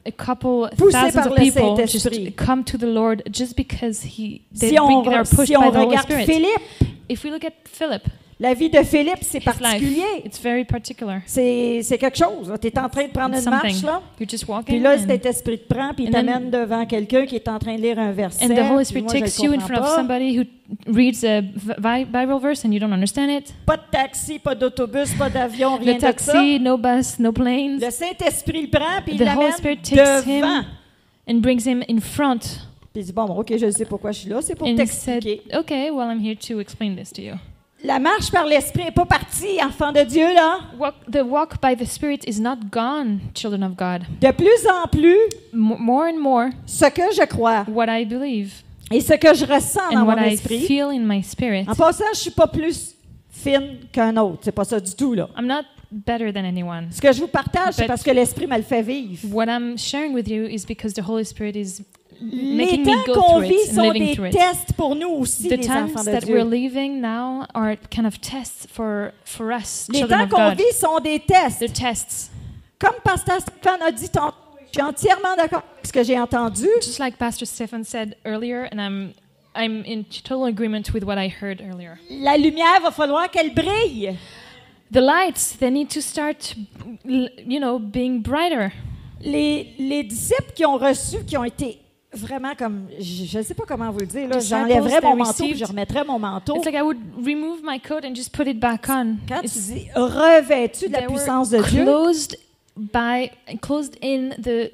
Speaker 2: a couple
Speaker 1: Poussé
Speaker 2: thousands
Speaker 1: par
Speaker 2: of
Speaker 1: le
Speaker 2: people
Speaker 1: Saint-Esprit.
Speaker 2: just come to the Lord just because he they,
Speaker 1: si on,
Speaker 2: be- they are pushed
Speaker 1: si on
Speaker 2: by the Holy
Speaker 1: regarde
Speaker 2: Spirit.
Speaker 1: Philippe,
Speaker 2: If we look at Philip,
Speaker 1: la vie de Philippe, c'est
Speaker 2: his life,
Speaker 1: particulier.
Speaker 2: it's very particular.
Speaker 1: C'est c'est quelque chose. Tu es en train de prendre une
Speaker 2: It's something.
Speaker 1: marche, là.
Speaker 2: You're just
Speaker 1: Puis
Speaker 2: walking,
Speaker 1: là,
Speaker 2: and,
Speaker 1: cet esprit te prend, puis il
Speaker 2: And then-
Speaker 1: t'amène devant quelqu'un qui est en train de lire un verset.
Speaker 2: and the Holy
Speaker 1: puis
Speaker 2: Spirit
Speaker 1: moi, je le
Speaker 2: takes you in
Speaker 1: comprends
Speaker 2: front of
Speaker 1: pas.
Speaker 2: somebody who reads a vi- Bible verse and you don't understand it.
Speaker 1: Pas de taxi, pas d'autobus, pas d'avion, rien
Speaker 2: No
Speaker 1: de ça.
Speaker 2: taxi, no bus, no planes,
Speaker 1: Le Saint-Esprit le prend, puis il
Speaker 2: The Holy
Speaker 1: l'amène
Speaker 2: Spirit takes him
Speaker 1: devant.
Speaker 2: and brings him in front
Speaker 1: Puis il dit, bon, bon, OK, je sais pourquoi je suis là, c'est pour
Speaker 2: and said,
Speaker 1: t'expliquer.
Speaker 2: "Okay, well, I'm here to explain this to you."
Speaker 1: La marche par l'Esprit n'est pas partie, enfant de Dieu, là.
Speaker 2: Walk, the walk by the Spirit is not gone, children of God.
Speaker 1: De plus en plus,
Speaker 2: M- more and more,
Speaker 1: ce que je crois
Speaker 2: what I believe
Speaker 1: et ce que je ressens dans
Speaker 2: and
Speaker 1: mon
Speaker 2: what I
Speaker 1: esprit,
Speaker 2: feel in my spirit,
Speaker 1: En passant, je suis pas plus fine qu'un autre. C'est pas ça du tout, là.
Speaker 2: I'm not better than anyone.
Speaker 1: Ce que je vous partage, c'est
Speaker 2: But-
Speaker 1: parce que l'Esprit me le fait vivre.
Speaker 2: What I'm sharing with you is because the Holy Spirit is
Speaker 1: Les
Speaker 2: making me
Speaker 1: temps
Speaker 2: go
Speaker 1: qu'on
Speaker 2: through
Speaker 1: vit
Speaker 2: it and
Speaker 1: sont
Speaker 2: living
Speaker 1: des
Speaker 2: through it.
Speaker 1: tests pour nous aussi,
Speaker 2: The
Speaker 1: les enfants
Speaker 2: times
Speaker 1: de
Speaker 2: that we're
Speaker 1: Dieu.
Speaker 2: living now are kind of tests for, for us,
Speaker 1: Les
Speaker 2: children
Speaker 1: temps
Speaker 2: of
Speaker 1: qu'on
Speaker 2: God.
Speaker 1: vit sont des tests.
Speaker 2: They're tests.
Speaker 1: Comme Pasteur Stéphane a dit, tantôt, je suis entièrement d'accord avec ce que j'ai entendu.
Speaker 2: Just like Pastor Stefan said earlier, and I'm, I'm in total agreement with what I heard earlier.
Speaker 1: La lumière, va falloir qu'elle brille.
Speaker 2: The lights, they need to start, l- you know, being brighter.
Speaker 1: Les, les disciples qui ont reçu, qui ont été vraiment comme, je ne sais pas comment vous le dire, là,
Speaker 2: Disciples,
Speaker 1: j'enlèverais
Speaker 2: they
Speaker 1: mon manteau puis
Speaker 2: received-
Speaker 1: je remettrais mon manteau.
Speaker 2: It's like I would remove my coat and just put it back on.
Speaker 1: Quand tu
Speaker 2: It's-
Speaker 1: dis revêtu de la
Speaker 2: they were
Speaker 1: puissance de Dieu,
Speaker 2: closed by, closed in the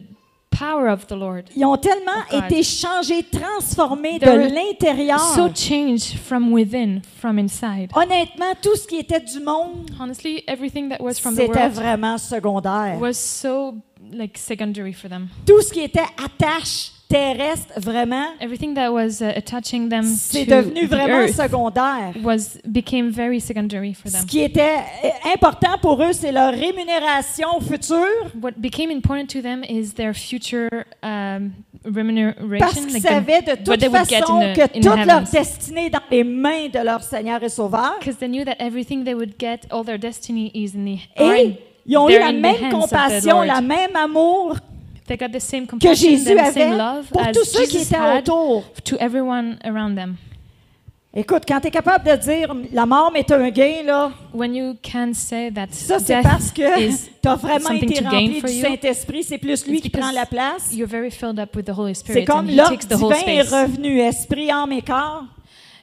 Speaker 2: power of the Lord.
Speaker 1: Ils ont tellement
Speaker 2: Of Oh, God.
Speaker 1: été changés, transformés
Speaker 2: They
Speaker 1: de
Speaker 2: were
Speaker 1: l'intérieur.
Speaker 2: So changed from within, from inside.
Speaker 1: Honnêtement, tout ce qui était du monde,
Speaker 2: Honestly, everything that was from the
Speaker 1: c'était
Speaker 2: world
Speaker 1: vraiment secondaire.
Speaker 2: was so like secondary for them.
Speaker 1: Tout ce qui était attache terrestre, vraiment,
Speaker 2: Everything that was uh, attaching them
Speaker 1: c'est
Speaker 2: to
Speaker 1: devenu
Speaker 2: the
Speaker 1: vraiment
Speaker 2: earth
Speaker 1: secondaire.
Speaker 2: was became very secondary for
Speaker 1: Ce
Speaker 2: them.
Speaker 1: qui était euh, important pour eux, c'est leur rémunération future.
Speaker 2: What became important to them is their future um,
Speaker 1: parce
Speaker 2: remuneration,
Speaker 1: qu'ils
Speaker 2: like the-
Speaker 1: savaient de
Speaker 2: what
Speaker 1: toute
Speaker 2: they would get in,
Speaker 1: façon
Speaker 2: the,
Speaker 1: que
Speaker 2: in
Speaker 1: toute leur
Speaker 2: heaven.
Speaker 1: destinée est dans les mains de leur Seigneur et Sauveur.
Speaker 2: Because they knew that everything they would get, all their destiny is in the. are
Speaker 1: Et
Speaker 2: in-
Speaker 1: ils ont eu
Speaker 2: they're
Speaker 1: la
Speaker 2: in the
Speaker 1: même
Speaker 2: hands of the
Speaker 1: compassion,
Speaker 2: Lord.
Speaker 1: la même amour
Speaker 2: They got the same
Speaker 1: que
Speaker 2: compassion,
Speaker 1: Jésus
Speaker 2: the
Speaker 1: avait
Speaker 2: same love
Speaker 1: pour
Speaker 2: as
Speaker 1: tous ceux qui
Speaker 2: Jesus
Speaker 1: étaient
Speaker 2: had
Speaker 1: autour.
Speaker 2: to everyone around them.
Speaker 1: Écoute, quand tu es capable de dire la mort m'est un gain, là,
Speaker 2: When you can say that
Speaker 1: ça c'est
Speaker 2: death
Speaker 1: parce que
Speaker 2: is
Speaker 1: tu as vraiment
Speaker 2: something
Speaker 1: été
Speaker 2: to gain
Speaker 1: rempli
Speaker 2: for
Speaker 1: du
Speaker 2: you,
Speaker 1: Saint-Esprit, c'est plus lui
Speaker 2: it's
Speaker 1: qui prend
Speaker 2: because
Speaker 1: la place.
Speaker 2: you're very filled up with the Holy Spirit,
Speaker 1: C'est comme
Speaker 2: and He
Speaker 1: l'homme
Speaker 2: takes the whole
Speaker 1: divin est
Speaker 2: space.
Speaker 1: revenu, esprit, âme et corps.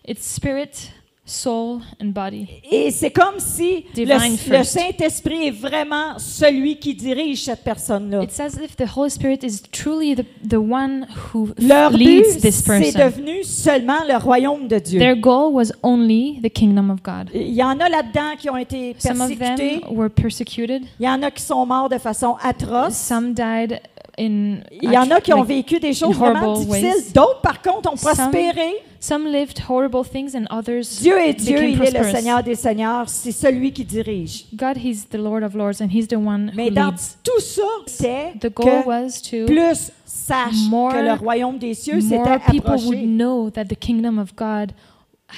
Speaker 2: It's spirit, soul, and body.
Speaker 1: Et c'est comme si
Speaker 2: Divine
Speaker 1: le, le
Speaker 2: first.
Speaker 1: Saint-Esprit est vraiment celui qui dirige cette personne-là.
Speaker 2: It's as if the Holy Spirit is truly the, the one who f-
Speaker 1: Leur but,
Speaker 2: leads this
Speaker 1: c'est
Speaker 2: person.
Speaker 1: devenu seulement le royaume de Dieu.
Speaker 2: Their goal was only the kingdom of God.
Speaker 1: Il y en a là-dedans qui ont été
Speaker 2: Some of
Speaker 1: persécutés.
Speaker 2: them were persecuted.
Speaker 1: Il y en a qui sont morts de façon atroce.
Speaker 2: Some died in.
Speaker 1: Il y en a qui ont
Speaker 2: like,
Speaker 1: vécu des choses vraiment
Speaker 2: horrible ways.
Speaker 1: difficiles. D'autres, par contre, ont
Speaker 2: Some-
Speaker 1: prospéré.
Speaker 2: Some lived horrible things, and others.
Speaker 1: Dieu est Dieu,
Speaker 2: became
Speaker 1: il est le
Speaker 2: prosperous.
Speaker 1: Seigneur des Seigneurs. C'est celui qui dirige.
Speaker 2: God, He's the Lord of Lords, and He's the one who
Speaker 1: Mais dans
Speaker 2: leads.
Speaker 1: tout ça, c'est
Speaker 2: The goal
Speaker 1: que
Speaker 2: was to
Speaker 1: plus sache
Speaker 2: more-
Speaker 1: que le royaume des cieux s'était
Speaker 2: more people would
Speaker 1: approché.
Speaker 2: know that the kingdom of God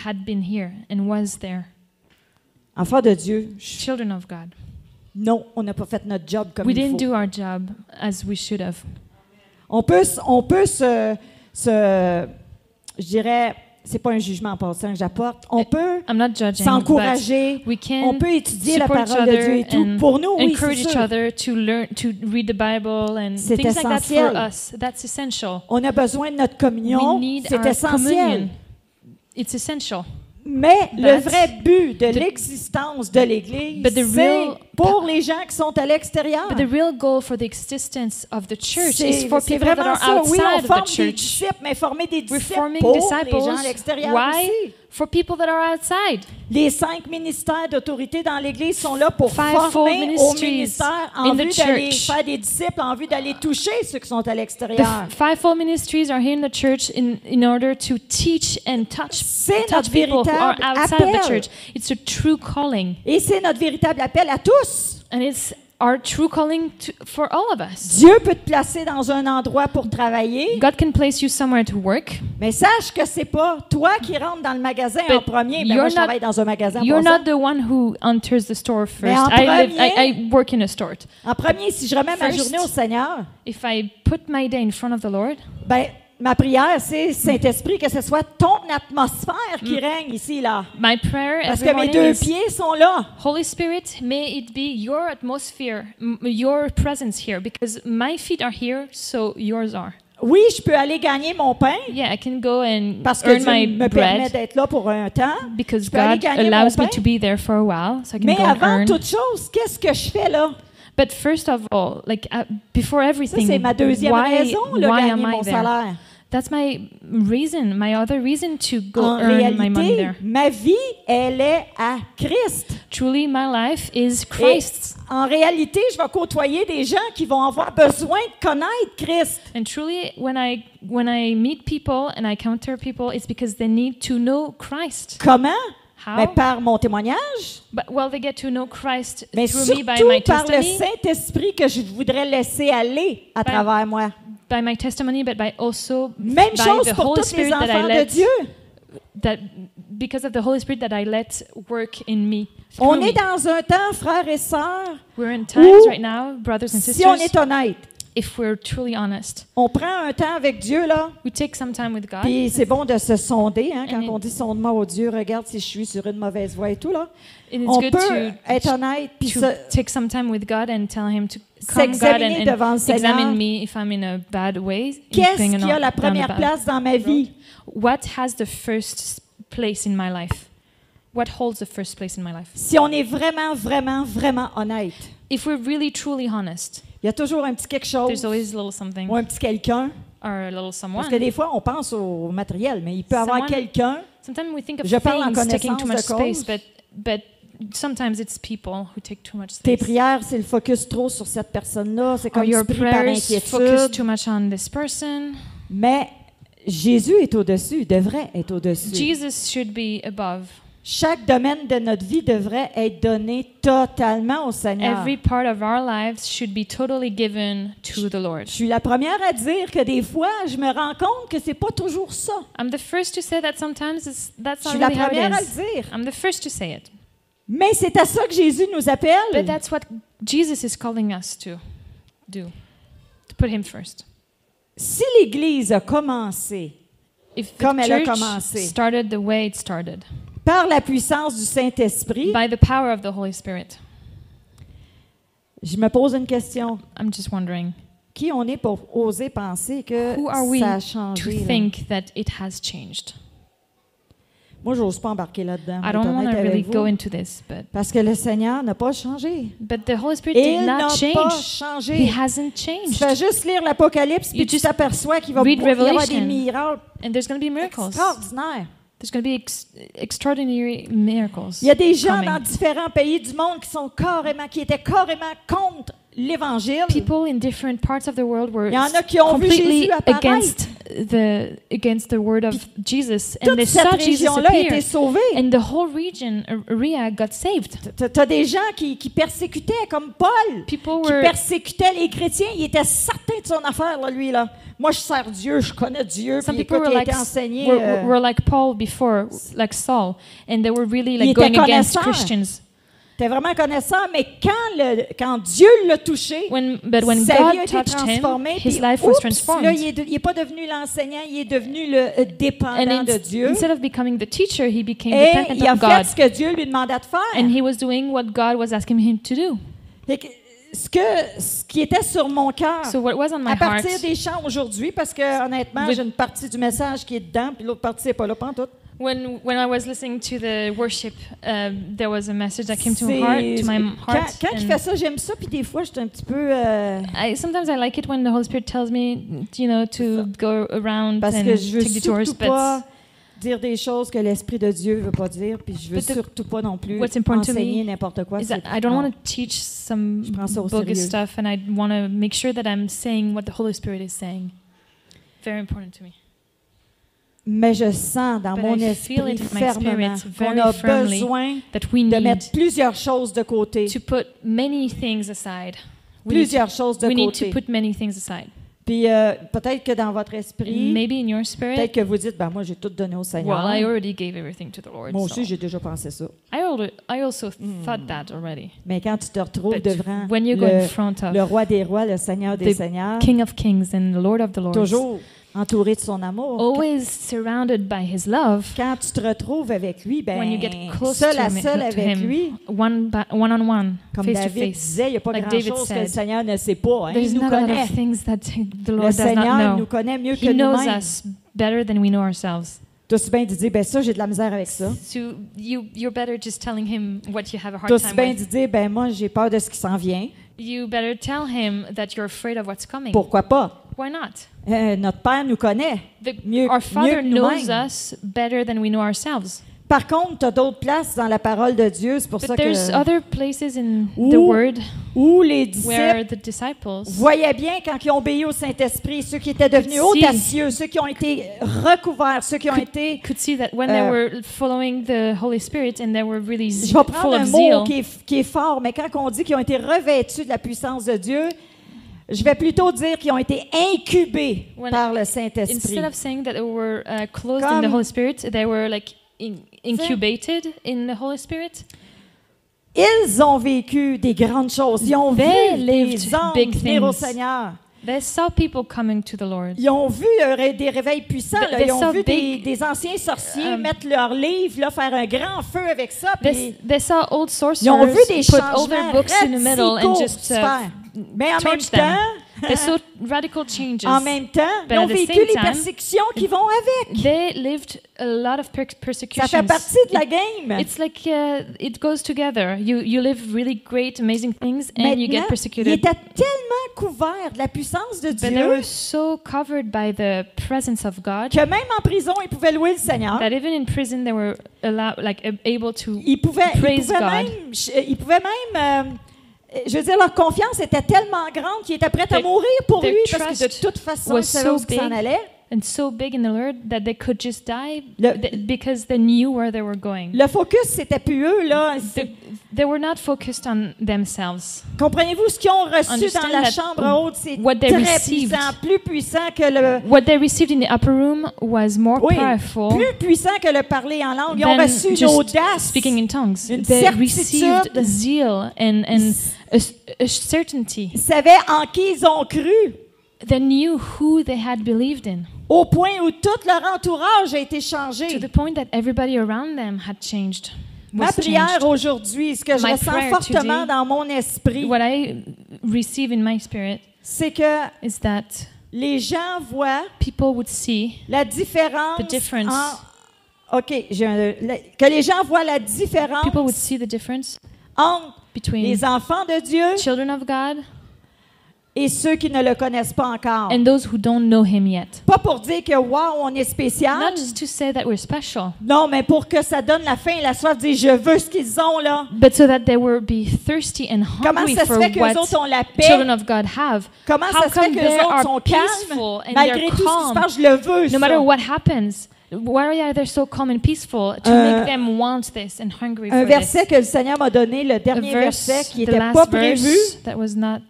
Speaker 2: had been here and was there.
Speaker 1: Enfants de Dieu, je-
Speaker 2: Children of God.
Speaker 1: non, on n'a pas fait notre job comme
Speaker 2: We
Speaker 1: il
Speaker 2: didn't
Speaker 1: faut.
Speaker 2: do our job as we should have.
Speaker 1: On peut, s- on peut se, se- je dirais, c'est pas un jugement en passant que j'apporte.
Speaker 2: Euh,
Speaker 1: On peut
Speaker 2: I'm not judging. but
Speaker 1: s'encourager.
Speaker 2: We can
Speaker 1: On peut étudier la
Speaker 2: support each
Speaker 1: parole de Dieu
Speaker 2: other
Speaker 1: et tout.
Speaker 2: and
Speaker 1: Pour nous, oui, c'est
Speaker 2: encourage each
Speaker 1: sûr.
Speaker 2: other to learn to read the Bible and
Speaker 1: C'est
Speaker 2: things like that for
Speaker 1: essentiel.
Speaker 2: us. That's essential.
Speaker 1: On a besoin de notre
Speaker 2: We
Speaker 1: communion.
Speaker 2: need
Speaker 1: C'est
Speaker 2: our
Speaker 1: essentiel.
Speaker 2: communion. It's essential.
Speaker 1: Mais le
Speaker 2: But
Speaker 1: vrai but de
Speaker 2: the-
Speaker 1: l'existence de l'Église,
Speaker 2: But the
Speaker 1: c'est
Speaker 2: real-
Speaker 1: pour les gens qui sont à l'extérieur.
Speaker 2: But the real goal for the existence of the church is
Speaker 1: C'est
Speaker 2: for
Speaker 1: c'est
Speaker 2: people that
Speaker 1: vraiment
Speaker 2: are
Speaker 1: ça. Oui, on
Speaker 2: outside of the
Speaker 1: forme des
Speaker 2: church.
Speaker 1: disciples, mais former des
Speaker 2: We're
Speaker 1: disciples
Speaker 2: forming
Speaker 1: pour les gens à
Speaker 2: disciples.
Speaker 1: l'extérieur
Speaker 2: Why?
Speaker 1: aussi.
Speaker 2: For people that are outside.
Speaker 1: Les cinq ministères d'autorité dans l'Église sont là pour
Speaker 2: Fivefold
Speaker 1: former au
Speaker 2: ministries
Speaker 1: ministère en
Speaker 2: in the
Speaker 1: vue d'aller
Speaker 2: church.
Speaker 1: faire des disciples, en vue d'aller toucher ceux qui sont à
Speaker 2: The
Speaker 1: l'extérieur.
Speaker 2: f- fivefold ministries are here in the church in, in order to teach and touch,
Speaker 1: C'est
Speaker 2: touch
Speaker 1: notre
Speaker 2: people who are
Speaker 1: véritable
Speaker 2: outside of the
Speaker 1: appel.
Speaker 2: church. It's a true calling.
Speaker 1: Et c'est notre véritable appel à tous.
Speaker 2: And it's our true calling to, for all of us.
Speaker 1: Dieu peut te placer dans un endroit pour travailler,
Speaker 2: God can place you somewhere to work.
Speaker 1: mais sache que c'est pas toi qui rentres dans le magasin en
Speaker 2: But
Speaker 1: premier. Ben,
Speaker 2: you're
Speaker 1: moi, je
Speaker 2: not-
Speaker 1: travaille dans un magasin. en
Speaker 2: You're
Speaker 1: passant.
Speaker 2: not the one who enters the store first.
Speaker 1: en
Speaker 2: I, live,
Speaker 1: premier-
Speaker 2: I, I work in a store.
Speaker 1: En premier, si je remets ma
Speaker 2: First-
Speaker 1: journée au Seigneur,
Speaker 2: If I put my day in front of the Lord,
Speaker 1: ben ma prière, c'est Saint-Esprit, que ce soit ton atmosphère qui règne ici, là.
Speaker 2: my prayer
Speaker 1: Parce
Speaker 2: Mm. every
Speaker 1: que mes
Speaker 2: morning
Speaker 1: deux
Speaker 2: is,
Speaker 1: pieds sont là.
Speaker 2: Holy Spirit, may it be your atmosphere, m- your presence here, because my feet are here, so yours are.
Speaker 1: Oui, je peux aller gagner mon pain
Speaker 2: Yeah, I can go and
Speaker 1: parce que
Speaker 2: earn
Speaker 1: Dieu me
Speaker 2: my
Speaker 1: permet
Speaker 2: bread
Speaker 1: d'être là pour un temps.
Speaker 2: because
Speaker 1: je peux aller
Speaker 2: God
Speaker 1: gagner mon
Speaker 2: allows me
Speaker 1: pain.
Speaker 2: to be there for a while, so I can
Speaker 1: Mais
Speaker 2: go and
Speaker 1: avant
Speaker 2: earn.
Speaker 1: toute chose, qu'est-ce que je fais là?
Speaker 2: But first of all, like uh, before
Speaker 1: Ça,
Speaker 2: everything,
Speaker 1: c'est ma deuxième
Speaker 2: why,
Speaker 1: raison, le
Speaker 2: why
Speaker 1: gagner
Speaker 2: am I
Speaker 1: mon
Speaker 2: there?
Speaker 1: salaire.
Speaker 2: That's my reason, my other reason to go
Speaker 1: En
Speaker 2: earn my money
Speaker 1: réalité,
Speaker 2: there.
Speaker 1: ma vie, elle est à Christ.
Speaker 2: Truly, my life is
Speaker 1: Et
Speaker 2: Christ's,
Speaker 1: en réalité, je vais côtoyer des gens qui vont avoir besoin de connaître Christ.
Speaker 2: and truly, when I when I meet people and I encounter people, it's because they need to know Christ.
Speaker 1: Comment?
Speaker 2: How?
Speaker 1: Mais par mon témoignage,
Speaker 2: But well, they get to know Christ
Speaker 1: mais
Speaker 2: through
Speaker 1: surtout
Speaker 2: me by my
Speaker 1: par le
Speaker 2: testimony,
Speaker 1: Saint-Esprit que je voudrais laisser aller à
Speaker 2: By-
Speaker 1: travers moi.
Speaker 2: by my testimony, but by also
Speaker 1: Même
Speaker 2: by
Speaker 1: chose
Speaker 2: the
Speaker 1: pour
Speaker 2: Holy
Speaker 1: tous les
Speaker 2: Spirit that I
Speaker 1: enfants de
Speaker 2: let
Speaker 1: Dieu.
Speaker 2: that because of the Holy Spirit that I let work in me. through
Speaker 1: On
Speaker 2: me.
Speaker 1: est dans un temps, frères et sœurs,
Speaker 2: We're in times
Speaker 1: Ou-
Speaker 2: right now, brothers and
Speaker 1: si on
Speaker 2: sisters,
Speaker 1: est honnête,
Speaker 2: if we're truly honest,
Speaker 1: on prend un temps avec Dieu, là,
Speaker 2: we take some time with God.
Speaker 1: puis c'est bon de se sonder, hein, quand
Speaker 2: And it-
Speaker 1: on dit sonde-moi au Dieu, regarde si je suis sur une mauvaise voie et tout, là.
Speaker 2: And it's
Speaker 1: On
Speaker 2: good
Speaker 1: peut
Speaker 2: to,
Speaker 1: être honnête, puis
Speaker 2: to
Speaker 1: se-
Speaker 2: take some time with God and tell Him to come, God,
Speaker 1: s'examiner
Speaker 2: and, and
Speaker 1: devant le Seigneur.
Speaker 2: examine me if I'm in a bad way. in being
Speaker 1: Qu'est-ce
Speaker 2: on-
Speaker 1: qui a la
Speaker 2: down the
Speaker 1: première
Speaker 2: bad
Speaker 1: place dans ma vie?
Speaker 2: road. What has the first s- place in my life? What holds the first place in my life?
Speaker 1: Si on est vraiment, vraiment, vraiment honnête,
Speaker 2: If we're really truly honest,
Speaker 1: il y a toujours un petit quelque
Speaker 2: there's
Speaker 1: chose
Speaker 2: always a little something
Speaker 1: ou un petit quelqu'un.
Speaker 2: or a little
Speaker 1: Oh. Parce que
Speaker 2: someone.
Speaker 1: des fois, on pense au matériel, mais il peut y avoir
Speaker 2: Someone-
Speaker 1: quelqu'un.
Speaker 2: Sometimes we think of
Speaker 1: Je parle en
Speaker 2: things taking too much
Speaker 1: connaissance de
Speaker 2: space,
Speaker 1: cause.
Speaker 2: but but sometimes it's people who take too much
Speaker 1: Tes
Speaker 2: space.
Speaker 1: prières, c'est le focus trop sur cette personne-là. C'est
Speaker 2: Or
Speaker 1: comme
Speaker 2: your
Speaker 1: tu pries par
Speaker 2: prayers focus
Speaker 1: inquiétude.
Speaker 2: too much on this person.
Speaker 1: Mais Jésus est au-dessus, il devrait être au-dessus.
Speaker 2: Jesus should be above.
Speaker 1: Chaque domaine de notre vie devrait être donné totalement au Seigneur.
Speaker 2: Every part of our lives should be totally given to the Lord.
Speaker 1: Je suis la première à dire que des fois, je me rends compte que c'est pas toujours ça.
Speaker 2: I'm the first to say that sometimes it's, that's
Speaker 1: Je
Speaker 2: not
Speaker 1: suis la
Speaker 2: really how
Speaker 1: première
Speaker 2: it
Speaker 1: à
Speaker 2: is.
Speaker 1: le dire.
Speaker 2: I'm the first to say it.
Speaker 1: Mais c'est à ça que Jésus nous
Speaker 2: But
Speaker 1: appelle.
Speaker 2: that's what Jesus is calling us to do, to put Him first.
Speaker 1: Si l'Église a commencé
Speaker 2: If
Speaker 1: Comme
Speaker 2: the
Speaker 1: elle a
Speaker 2: church
Speaker 1: commencé.
Speaker 2: started the way it started,
Speaker 1: par la puissance du Saint-Esprit,
Speaker 2: by the power of the Holy Spirit,
Speaker 1: je me pose une question.
Speaker 2: I'm just wondering
Speaker 1: Qui on est pour oser penser que
Speaker 2: Who are we
Speaker 1: ça a
Speaker 2: to
Speaker 1: changé? là?
Speaker 2: think that it has changed.
Speaker 1: Moi, j'ose pas embarquer là-dedans.
Speaker 2: I
Speaker 1: pour être
Speaker 2: don't want
Speaker 1: honnête
Speaker 2: to
Speaker 1: avec
Speaker 2: really
Speaker 1: vous,
Speaker 2: go into this, but
Speaker 1: Parce que le Seigneur n'a pas changé.
Speaker 2: but the Holy Spirit
Speaker 1: Il
Speaker 2: did
Speaker 1: n'a
Speaker 2: not
Speaker 1: pas
Speaker 2: change. He
Speaker 1: changé.
Speaker 2: hasn't
Speaker 1: Tu
Speaker 2: changed,
Speaker 1: fais juste lire l'Apocalypse
Speaker 2: You
Speaker 1: puis tu
Speaker 2: just
Speaker 1: t'aperçois qu'il va
Speaker 2: read
Speaker 1: y avoir des
Speaker 2: Revelation.
Speaker 1: miracles
Speaker 2: and there's going to be miracles.
Speaker 1: extraordinaires.
Speaker 2: There's going to be ex- extraordinary miracles.
Speaker 1: Il y a des gens
Speaker 2: coming.
Speaker 1: dans différents pays du monde qui sont carrément, qui étaient carrément contre l'Évangile.
Speaker 2: People in different parts of the world were
Speaker 1: Il y en a qui ont vu
Speaker 2: completely
Speaker 1: Jésus apparaître.
Speaker 2: against the against the word of Jesus, and
Speaker 1: Toute
Speaker 2: they saw
Speaker 1: cette
Speaker 2: Jesus
Speaker 1: région-là a
Speaker 2: appear,
Speaker 1: été sauvée.
Speaker 2: and the whole region a- area got saved.
Speaker 1: Tu as des gens qui, qui persécutaient, comme Paul,
Speaker 2: People
Speaker 1: qui
Speaker 2: were
Speaker 1: persécutait les chrétiens. Il était certain de son affaire, là, lui. Là. Moi, je sers Dieu, je connais Dieu.
Speaker 2: some
Speaker 1: Puis,
Speaker 2: people
Speaker 1: écoute,
Speaker 2: were
Speaker 1: il a
Speaker 2: like
Speaker 1: été enseigné.
Speaker 2: were,
Speaker 1: euh,
Speaker 2: were- were like Paul before, like Saul, and they were really
Speaker 1: Il
Speaker 2: like
Speaker 1: était
Speaker 2: going against
Speaker 1: connaisseur.
Speaker 2: Christians.
Speaker 1: T'es vraiment connaissant, mais quand, le, quand Dieu l'a touché,
Speaker 2: When but when
Speaker 1: sa vie a
Speaker 2: God
Speaker 1: été
Speaker 2: touched him,
Speaker 1: transformée.
Speaker 2: his
Speaker 1: puis,
Speaker 2: life was
Speaker 1: oups, Là,
Speaker 2: transformed.
Speaker 1: il n'est pas devenu l'enseignant, il est devenu le euh,
Speaker 2: And
Speaker 1: dépendant
Speaker 2: in-
Speaker 1: de Dieu.
Speaker 2: instead of becoming the teacher, he became
Speaker 1: Et
Speaker 2: dependent
Speaker 1: il a
Speaker 2: on
Speaker 1: fait
Speaker 2: God,
Speaker 1: ce que Dieu lui demandait de
Speaker 2: and
Speaker 1: faire.
Speaker 2: he was doing what God was asking him to do.
Speaker 1: Fait que ce, que, ce qui était sur mon cœur,
Speaker 2: So what was on my
Speaker 1: à
Speaker 2: heart?
Speaker 1: partir des chants aujourd'hui, parce que honnêtement,
Speaker 2: With-
Speaker 1: j'ai une partie du message qui est dedans, puis l'autre partie n'est pas là pantoute.
Speaker 2: When when I was listening to the worship, um, there was a message that came to my
Speaker 1: C'est-
Speaker 2: heart, to my m-
Speaker 1: Quand,
Speaker 2: heart.
Speaker 1: quand il
Speaker 2: and
Speaker 1: fait ça, j'aime ça, puis des fois, je suis un petit peu. euh,
Speaker 2: I, sometimes I like it when the Holy Spirit tells me, you know, to go around
Speaker 1: parce
Speaker 2: and
Speaker 1: que je veux
Speaker 2: take detours.
Speaker 1: surtout pas
Speaker 2: But
Speaker 1: dire des choses que l'Esprit de Dieu veut pas dire, puis je veux
Speaker 2: But the-
Speaker 1: surtout pas non plus
Speaker 2: what's important to
Speaker 1: enseigner
Speaker 2: me
Speaker 1: n'importe quoi.
Speaker 2: is
Speaker 1: c'est-
Speaker 2: that I don't
Speaker 1: non.
Speaker 2: want to teach some
Speaker 1: Je prends ça au
Speaker 2: bogus
Speaker 1: sérieux.
Speaker 2: stuff, and I want to make sure that I'm saying what the Holy Spirit is saying. Very important to me.
Speaker 1: Mais je sens dans
Speaker 2: But
Speaker 1: mon
Speaker 2: I feel
Speaker 1: esprit
Speaker 2: it in my
Speaker 1: fermement
Speaker 2: spirit
Speaker 1: qu'on
Speaker 2: very
Speaker 1: a
Speaker 2: firmly
Speaker 1: besoin
Speaker 2: That we
Speaker 1: de
Speaker 2: need
Speaker 1: mettre plusieurs choses de côté.
Speaker 2: to put many things aside. We need to-
Speaker 1: Plusieurs choses de
Speaker 2: we need to
Speaker 1: côté.
Speaker 2: put many things aside.
Speaker 1: Puis euh, peut-être que dans votre
Speaker 2: And
Speaker 1: esprit,
Speaker 2: maybe in your spirit,
Speaker 1: peut-être que vous dites, ben moi, j'ai tout donné au Seigneur.
Speaker 2: well, I already gave everything to the Lord.
Speaker 1: "Ah." Moi
Speaker 2: so-
Speaker 1: aussi, j'ai Hmm. déjà pensé ça.
Speaker 2: I, alre- I also thought that already.
Speaker 1: Mais quand tu te retrouves
Speaker 2: But
Speaker 1: devant
Speaker 2: when you go
Speaker 1: le,
Speaker 2: in front of
Speaker 1: le roi des rois, le Seigneur des
Speaker 2: The
Speaker 1: seigneurs,
Speaker 2: King of Kings and the Lord of the Lords,
Speaker 1: toujours entouré de son amour,
Speaker 2: always surrounded by His love,
Speaker 1: quand tu te retrouves avec lui, ben,
Speaker 2: When you get close
Speaker 1: seul
Speaker 2: to
Speaker 1: à
Speaker 2: him-
Speaker 1: seul
Speaker 2: to
Speaker 1: avec
Speaker 2: him,
Speaker 1: lui,
Speaker 2: one by, one on one,
Speaker 1: comme
Speaker 2: face to
Speaker 1: David
Speaker 2: face.
Speaker 1: disait, il n'y a pas
Speaker 2: Like David
Speaker 1: grand-chose que
Speaker 2: said,
Speaker 1: le Seigneur ne sait pas. hein.
Speaker 2: There's
Speaker 1: Il nous
Speaker 2: not a lot
Speaker 1: connaît.
Speaker 2: of things that the
Speaker 1: Le
Speaker 2: Lord does
Speaker 1: Seigneur
Speaker 2: not
Speaker 1: nous
Speaker 2: know.
Speaker 1: connaît mieux
Speaker 2: He
Speaker 1: que
Speaker 2: knows
Speaker 1: nous-mêmes.
Speaker 2: us better than we know ourselves.
Speaker 1: T'as si bien dû dire, ben ça, j'ai de la misère avec ça.
Speaker 2: So you, you're better just telling Him what you have a
Speaker 1: T'as
Speaker 2: hard
Speaker 1: si
Speaker 2: time
Speaker 1: bien
Speaker 2: with.
Speaker 1: dû dire, ben moi, j'ai peur de ce qui s'en vient.
Speaker 2: You better tell Him that you're afraid of what's coming.
Speaker 1: Pourquoi pas?
Speaker 2: Why not?
Speaker 1: Euh, notre Père nous connaît.
Speaker 2: The,
Speaker 1: Mieux-
Speaker 2: our
Speaker 1: mieux
Speaker 2: Father
Speaker 1: que nous-mêmes.
Speaker 2: knows us better than we know ourselves.
Speaker 1: Par contre, tu as d'autres places dans la parole de Dieu. C'est pour ça
Speaker 2: But there's
Speaker 1: que...
Speaker 2: other places in the
Speaker 1: Où-
Speaker 2: Word
Speaker 1: Où les disciples
Speaker 2: where the disciples
Speaker 1: voyaient bien quand ils ont obéi au Saint-Esprit, ceux qui étaient devenus
Speaker 2: Could see.
Speaker 1: audacieux, ceux qui ont été recouverts, ceux qui ont été...
Speaker 2: could see that when they
Speaker 1: Euh,
Speaker 2: were following the Holy Spirit and they were really
Speaker 1: Je
Speaker 2: ze-
Speaker 1: vais
Speaker 2: full
Speaker 1: prendre un
Speaker 2: of
Speaker 1: mot
Speaker 2: zeal,
Speaker 1: qui est, qui est fort, mais quand on dit qu'ils ont été revêtus de la puissance de Dieu, je vais plutôt dire qu'ils ont été incubés
Speaker 2: When-
Speaker 1: par le Saint-Esprit.
Speaker 2: instead of saying that they were uh, closed in the
Speaker 1: Comme-
Speaker 2: Holy Spirit, they were like in- incubated in the Holy Spirit.
Speaker 1: Ils ont vécu des grandes choses. Ils ont
Speaker 2: They
Speaker 1: vu les
Speaker 2: lived
Speaker 1: hommes
Speaker 2: big
Speaker 1: venir au
Speaker 2: things.
Speaker 1: Seigneur.
Speaker 2: They saw people coming to the Lord.
Speaker 1: Ils ont vu euh, ré- des réveils puissants.
Speaker 2: They-
Speaker 1: là.
Speaker 2: they
Speaker 1: Ils ont
Speaker 2: saw
Speaker 1: vu des,
Speaker 2: big-
Speaker 1: des anciens sorciers
Speaker 2: Um,
Speaker 1: mettre leurs livres, là, faire un grand feu avec ça.
Speaker 2: They,
Speaker 1: Puis
Speaker 2: they saw old
Speaker 1: ils ont vu des
Speaker 2: sorcerers euh, put all
Speaker 1: changements
Speaker 2: their books in the middle and
Speaker 1: radicaux
Speaker 2: just
Speaker 1: se
Speaker 2: uh,
Speaker 1: faire. Mais en même
Speaker 2: torch them.
Speaker 1: temps,
Speaker 2: they saw radical changes.
Speaker 1: en même temps,
Speaker 2: But
Speaker 1: ils ont
Speaker 2: at the
Speaker 1: vécu
Speaker 2: same
Speaker 1: les
Speaker 2: time,
Speaker 1: persécutions qui vont avec.
Speaker 2: They lived a lot of per-
Speaker 1: Ça
Speaker 2: persecutions.
Speaker 1: fait partie de la
Speaker 2: It-
Speaker 1: game.
Speaker 2: It's like uh, it goes together. You you live really great, amazing things, and you get
Speaker 1: Maintenant, ils
Speaker 2: persecuted.
Speaker 1: étaient tellement couverts de la puissance de
Speaker 2: But they were
Speaker 1: Dieu
Speaker 2: so covered by the presence of God
Speaker 1: que même en prison, ils pouvaient louer le Seigneur.
Speaker 2: that even in prison they were allowed, like ab- able to.
Speaker 1: Ils pouvaient, ils
Speaker 2: Praise
Speaker 1: pouvaient
Speaker 2: God.
Speaker 1: même, ils pouvaient même euh, je veux dire, leur confiance était tellement grande qu'ils étaient prêts à
Speaker 2: Their-
Speaker 1: mourir pour
Speaker 2: their
Speaker 1: lui parce que de
Speaker 2: trust
Speaker 1: toute façon,
Speaker 2: was
Speaker 1: ils savaient où
Speaker 2: so
Speaker 1: ils s'en
Speaker 2: big.
Speaker 1: allaient.
Speaker 2: and so big in the Lord that they could just die
Speaker 1: Le-
Speaker 2: th- because they knew where they were going.
Speaker 1: Le focus, c'était plus eux, là. C'est-
Speaker 2: They, they were not focused on themselves.
Speaker 1: Comprenez-vous ce qu'ils ont reçu
Speaker 2: Understand
Speaker 1: dans la
Speaker 2: that
Speaker 1: chambre haute? C'est
Speaker 2: what they
Speaker 1: très
Speaker 2: received.
Speaker 1: puissant, plus puissant que le...
Speaker 2: What they received in the upper room was more
Speaker 1: Oui,
Speaker 2: powerful
Speaker 1: plus puissant que le parler en langue. Ils ont
Speaker 2: than
Speaker 1: reçu une
Speaker 2: just
Speaker 1: audace.
Speaker 2: speaking in tongues.
Speaker 1: Une
Speaker 2: They
Speaker 1: certitude.
Speaker 2: received zeal and, and a, s- a certainty.
Speaker 1: Ils savaient en qui ils ont cru,
Speaker 2: They knew who they had believed in
Speaker 1: au point où tout leur entourage a été changé.
Speaker 2: to the point that everybody around them had changed.
Speaker 1: Ma
Speaker 2: was
Speaker 1: prière
Speaker 2: changed.
Speaker 1: aujourd'hui, ce que je
Speaker 2: My
Speaker 1: ressens
Speaker 2: prayer
Speaker 1: fortement
Speaker 2: today-
Speaker 1: dans mon esprit,
Speaker 2: What I receive in my spirit
Speaker 1: c'est que
Speaker 2: is that
Speaker 1: les gens voient
Speaker 2: people would see
Speaker 1: la différence.
Speaker 2: The difference.
Speaker 1: en- OK, j'ai un- la- que les gens voient la différence
Speaker 2: people would see the difference
Speaker 1: entre
Speaker 2: between
Speaker 1: les enfants de Dieu
Speaker 2: children of God
Speaker 1: et ceux qui ne le connaissent pas encore.
Speaker 2: and those who don't know him yet.
Speaker 1: Pas pour dire que wow, on est spécial.
Speaker 2: Not just to say that we're special,
Speaker 1: Non, mais pour que ça donne la faim et la soif, dire je veux ce qu'ils ont là.
Speaker 2: but so that they will be thirsty and
Speaker 1: Comment
Speaker 2: hungry
Speaker 1: ça se
Speaker 2: for
Speaker 1: fait que les autres
Speaker 2: what
Speaker 1: ont la paix
Speaker 2: children of God have.
Speaker 1: Comment
Speaker 2: How
Speaker 1: ça se fait
Speaker 2: come
Speaker 1: que
Speaker 2: they
Speaker 1: les autres
Speaker 2: are
Speaker 1: sont
Speaker 2: peaceful
Speaker 1: calmes
Speaker 2: and
Speaker 1: malgré
Speaker 2: they're
Speaker 1: tout ce qui se
Speaker 2: calm?
Speaker 1: passe Je le veux.
Speaker 2: No
Speaker 1: ça.
Speaker 2: matter what happens, why are they so calm and peaceful to
Speaker 1: Euh,
Speaker 2: make them want this and hungry
Speaker 1: Un
Speaker 2: for this?
Speaker 1: verset que le Seigneur m'a donné, le
Speaker 2: A
Speaker 1: dernier
Speaker 2: verse,
Speaker 1: verset qui
Speaker 2: the
Speaker 1: n'était pas
Speaker 2: last
Speaker 1: prévu,
Speaker 2: verse that was not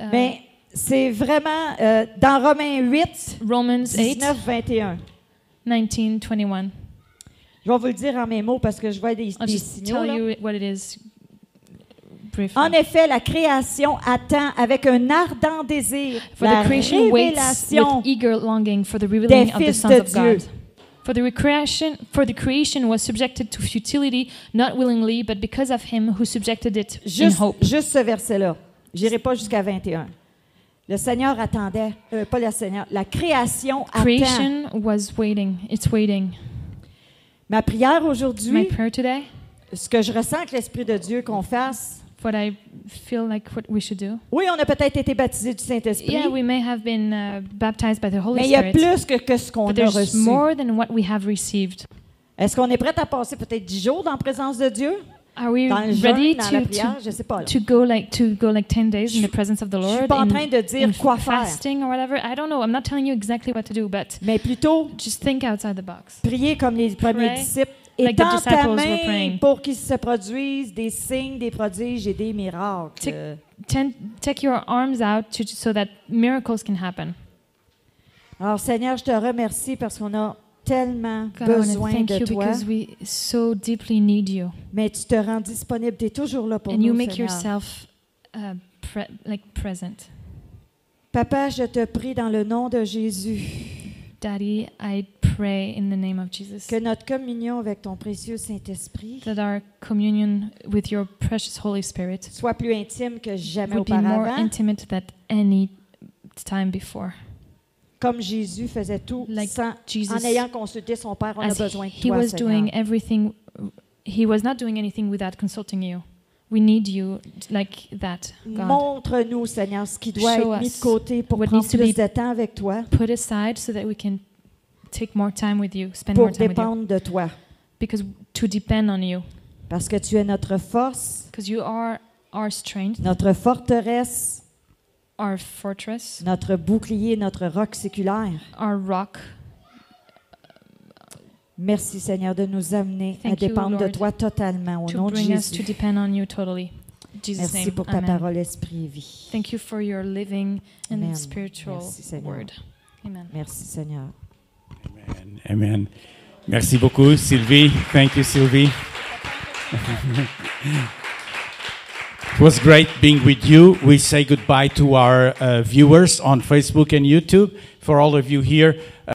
Speaker 2: uh,
Speaker 1: mais c'est vraiment euh, dans Romains 8,
Speaker 2: Romans 8,
Speaker 1: 19, 21.
Speaker 2: 19, 21.
Speaker 1: Je vais vous le dire en mes mots parce que je vois des,
Speaker 2: I'll
Speaker 1: des
Speaker 2: just
Speaker 1: signaux.
Speaker 2: tell
Speaker 1: là.
Speaker 2: you it- what it is briefly.
Speaker 1: En effet, la création attend avec un ardent désir
Speaker 2: For
Speaker 1: la
Speaker 2: the creation waits
Speaker 1: révélation
Speaker 2: with eager longing for the revealing of the
Speaker 1: fils
Speaker 2: sons
Speaker 1: de
Speaker 2: of
Speaker 1: Dieu.
Speaker 2: God. For the creation, for the creation was subjected to futility, not willingly, but because of him who subjected it in
Speaker 1: Juste,
Speaker 2: hope.
Speaker 1: juste ce verset-là. J'irai pas jusqu'à 21. Le Seigneur attendait, euh, pas le Seigneur, la création attend.
Speaker 2: Creation was waiting. It's waiting.
Speaker 1: Ma prière
Speaker 2: My
Speaker 1: aujourd'hui,
Speaker 2: prayer today,
Speaker 1: ce que je ressens que l'Esprit de Dieu qu'on fasse,
Speaker 2: what I feel like what we should do.
Speaker 1: oui, on a peut-être été baptisé du Saint-Esprit,
Speaker 2: Yeah, we may have been uh, baptized by the Holy
Speaker 1: mais il y a
Speaker 2: Spirit,
Speaker 1: plus que, que ce qu'on
Speaker 2: but
Speaker 1: a
Speaker 2: there's
Speaker 1: reçu.
Speaker 2: more than what we have received.
Speaker 1: Est-ce qu'on est prêt à passer peut-être 10 jours dans la présence de Dieu?
Speaker 2: Are we
Speaker 1: Dans le
Speaker 2: ready
Speaker 1: jeûne, dans la
Speaker 2: to,
Speaker 1: prière,
Speaker 2: to,
Speaker 1: je sais pas. là.
Speaker 2: to go like to go like 10 days in
Speaker 1: Je-
Speaker 2: the presence of the
Speaker 1: je suis
Speaker 2: Lord
Speaker 1: pas en
Speaker 2: in-
Speaker 1: train de dire
Speaker 2: in
Speaker 1: quoi faire,
Speaker 2: fasting or whatever. I don't know. I'm not telling you exactly what to do, but
Speaker 1: mais plutôt
Speaker 2: just think outside the box.
Speaker 1: prier comme les premiers
Speaker 2: Pray
Speaker 1: disciples et
Speaker 2: like the
Speaker 1: dans ta
Speaker 2: disciples were
Speaker 1: main
Speaker 2: praying.
Speaker 1: pour qu'ils se produisent des signes, des prodiges et des miracles.
Speaker 2: Tic-
Speaker 1: Euh,
Speaker 2: Ten, take your arms out to, so that miracles can happen.
Speaker 1: Alors Seigneur, je te remercie parce qu'on a tellement
Speaker 2: God, I want to
Speaker 1: besoin
Speaker 2: thank
Speaker 1: de
Speaker 2: you
Speaker 1: toi,
Speaker 2: because we so deeply need you,
Speaker 1: mais tu te rends disponible, tu es toujours là pour
Speaker 2: and you
Speaker 1: nous,
Speaker 2: make
Speaker 1: Seigneur.
Speaker 2: yourself uh, pre- like present.
Speaker 1: Papa, je te prie dans le nom de Jésus
Speaker 2: Daddy, I pray in the name of Jesus
Speaker 1: que notre communion avec ton précieux Saint-Esprit
Speaker 2: that our communion with your precious Holy Spirit
Speaker 1: soit plus intime que jamais
Speaker 2: would be more
Speaker 1: auparavant,
Speaker 2: intimate than any time before.
Speaker 1: comme Jésus faisait tout
Speaker 2: Like
Speaker 1: sans, en
Speaker 2: Jesus,
Speaker 1: ayant consulté son Père, on a
Speaker 2: as
Speaker 1: besoin de
Speaker 2: he
Speaker 1: toi,
Speaker 2: was
Speaker 1: Seigneur.
Speaker 2: doing everything, he was not doing anything without consulting you. We need you like that, God.
Speaker 1: Montre-nous, Seigneur, ce qui doit
Speaker 2: Show
Speaker 1: être mis
Speaker 2: us
Speaker 1: de côté pour
Speaker 2: what
Speaker 1: prendre
Speaker 2: needs to
Speaker 1: plus
Speaker 2: be-
Speaker 1: de temps avec toi,
Speaker 2: Put aside so that we can take more time with you, spend
Speaker 1: pour
Speaker 2: more time with you,
Speaker 1: dépendre de toi.
Speaker 2: because to depend on you,
Speaker 1: Parce que tu es notre force,
Speaker 2: because you are our strength,
Speaker 1: notre forteresse,
Speaker 2: our fortress,
Speaker 1: notre bouclier, notre roc séculaire.
Speaker 2: our rock.
Speaker 1: Merci, Seigneur, de nous amener à
Speaker 2: Thank you,
Speaker 1: dépendre de
Speaker 2: Lord,
Speaker 1: toi totalement. Au
Speaker 2: to
Speaker 1: nom de
Speaker 2: bring us to
Speaker 1: Jésus.
Speaker 2: depend on you totally. In Jesus
Speaker 1: Oh Merci
Speaker 2: name,
Speaker 1: pour ta
Speaker 2: amen.
Speaker 1: parole, Esprit et vie.
Speaker 2: Thank you for your living and
Speaker 1: Amen.
Speaker 2: spiritual
Speaker 1: Merci, Seigneur.
Speaker 2: word. Amen.
Speaker 1: Merci, Seigneur.
Speaker 3: Amen. Amen. Merci beaucoup, Sylvie. Thank you, Sylvie. it was great being with you. We say goodbye to our uh, viewers on Facebook and YouTube. For all of you here,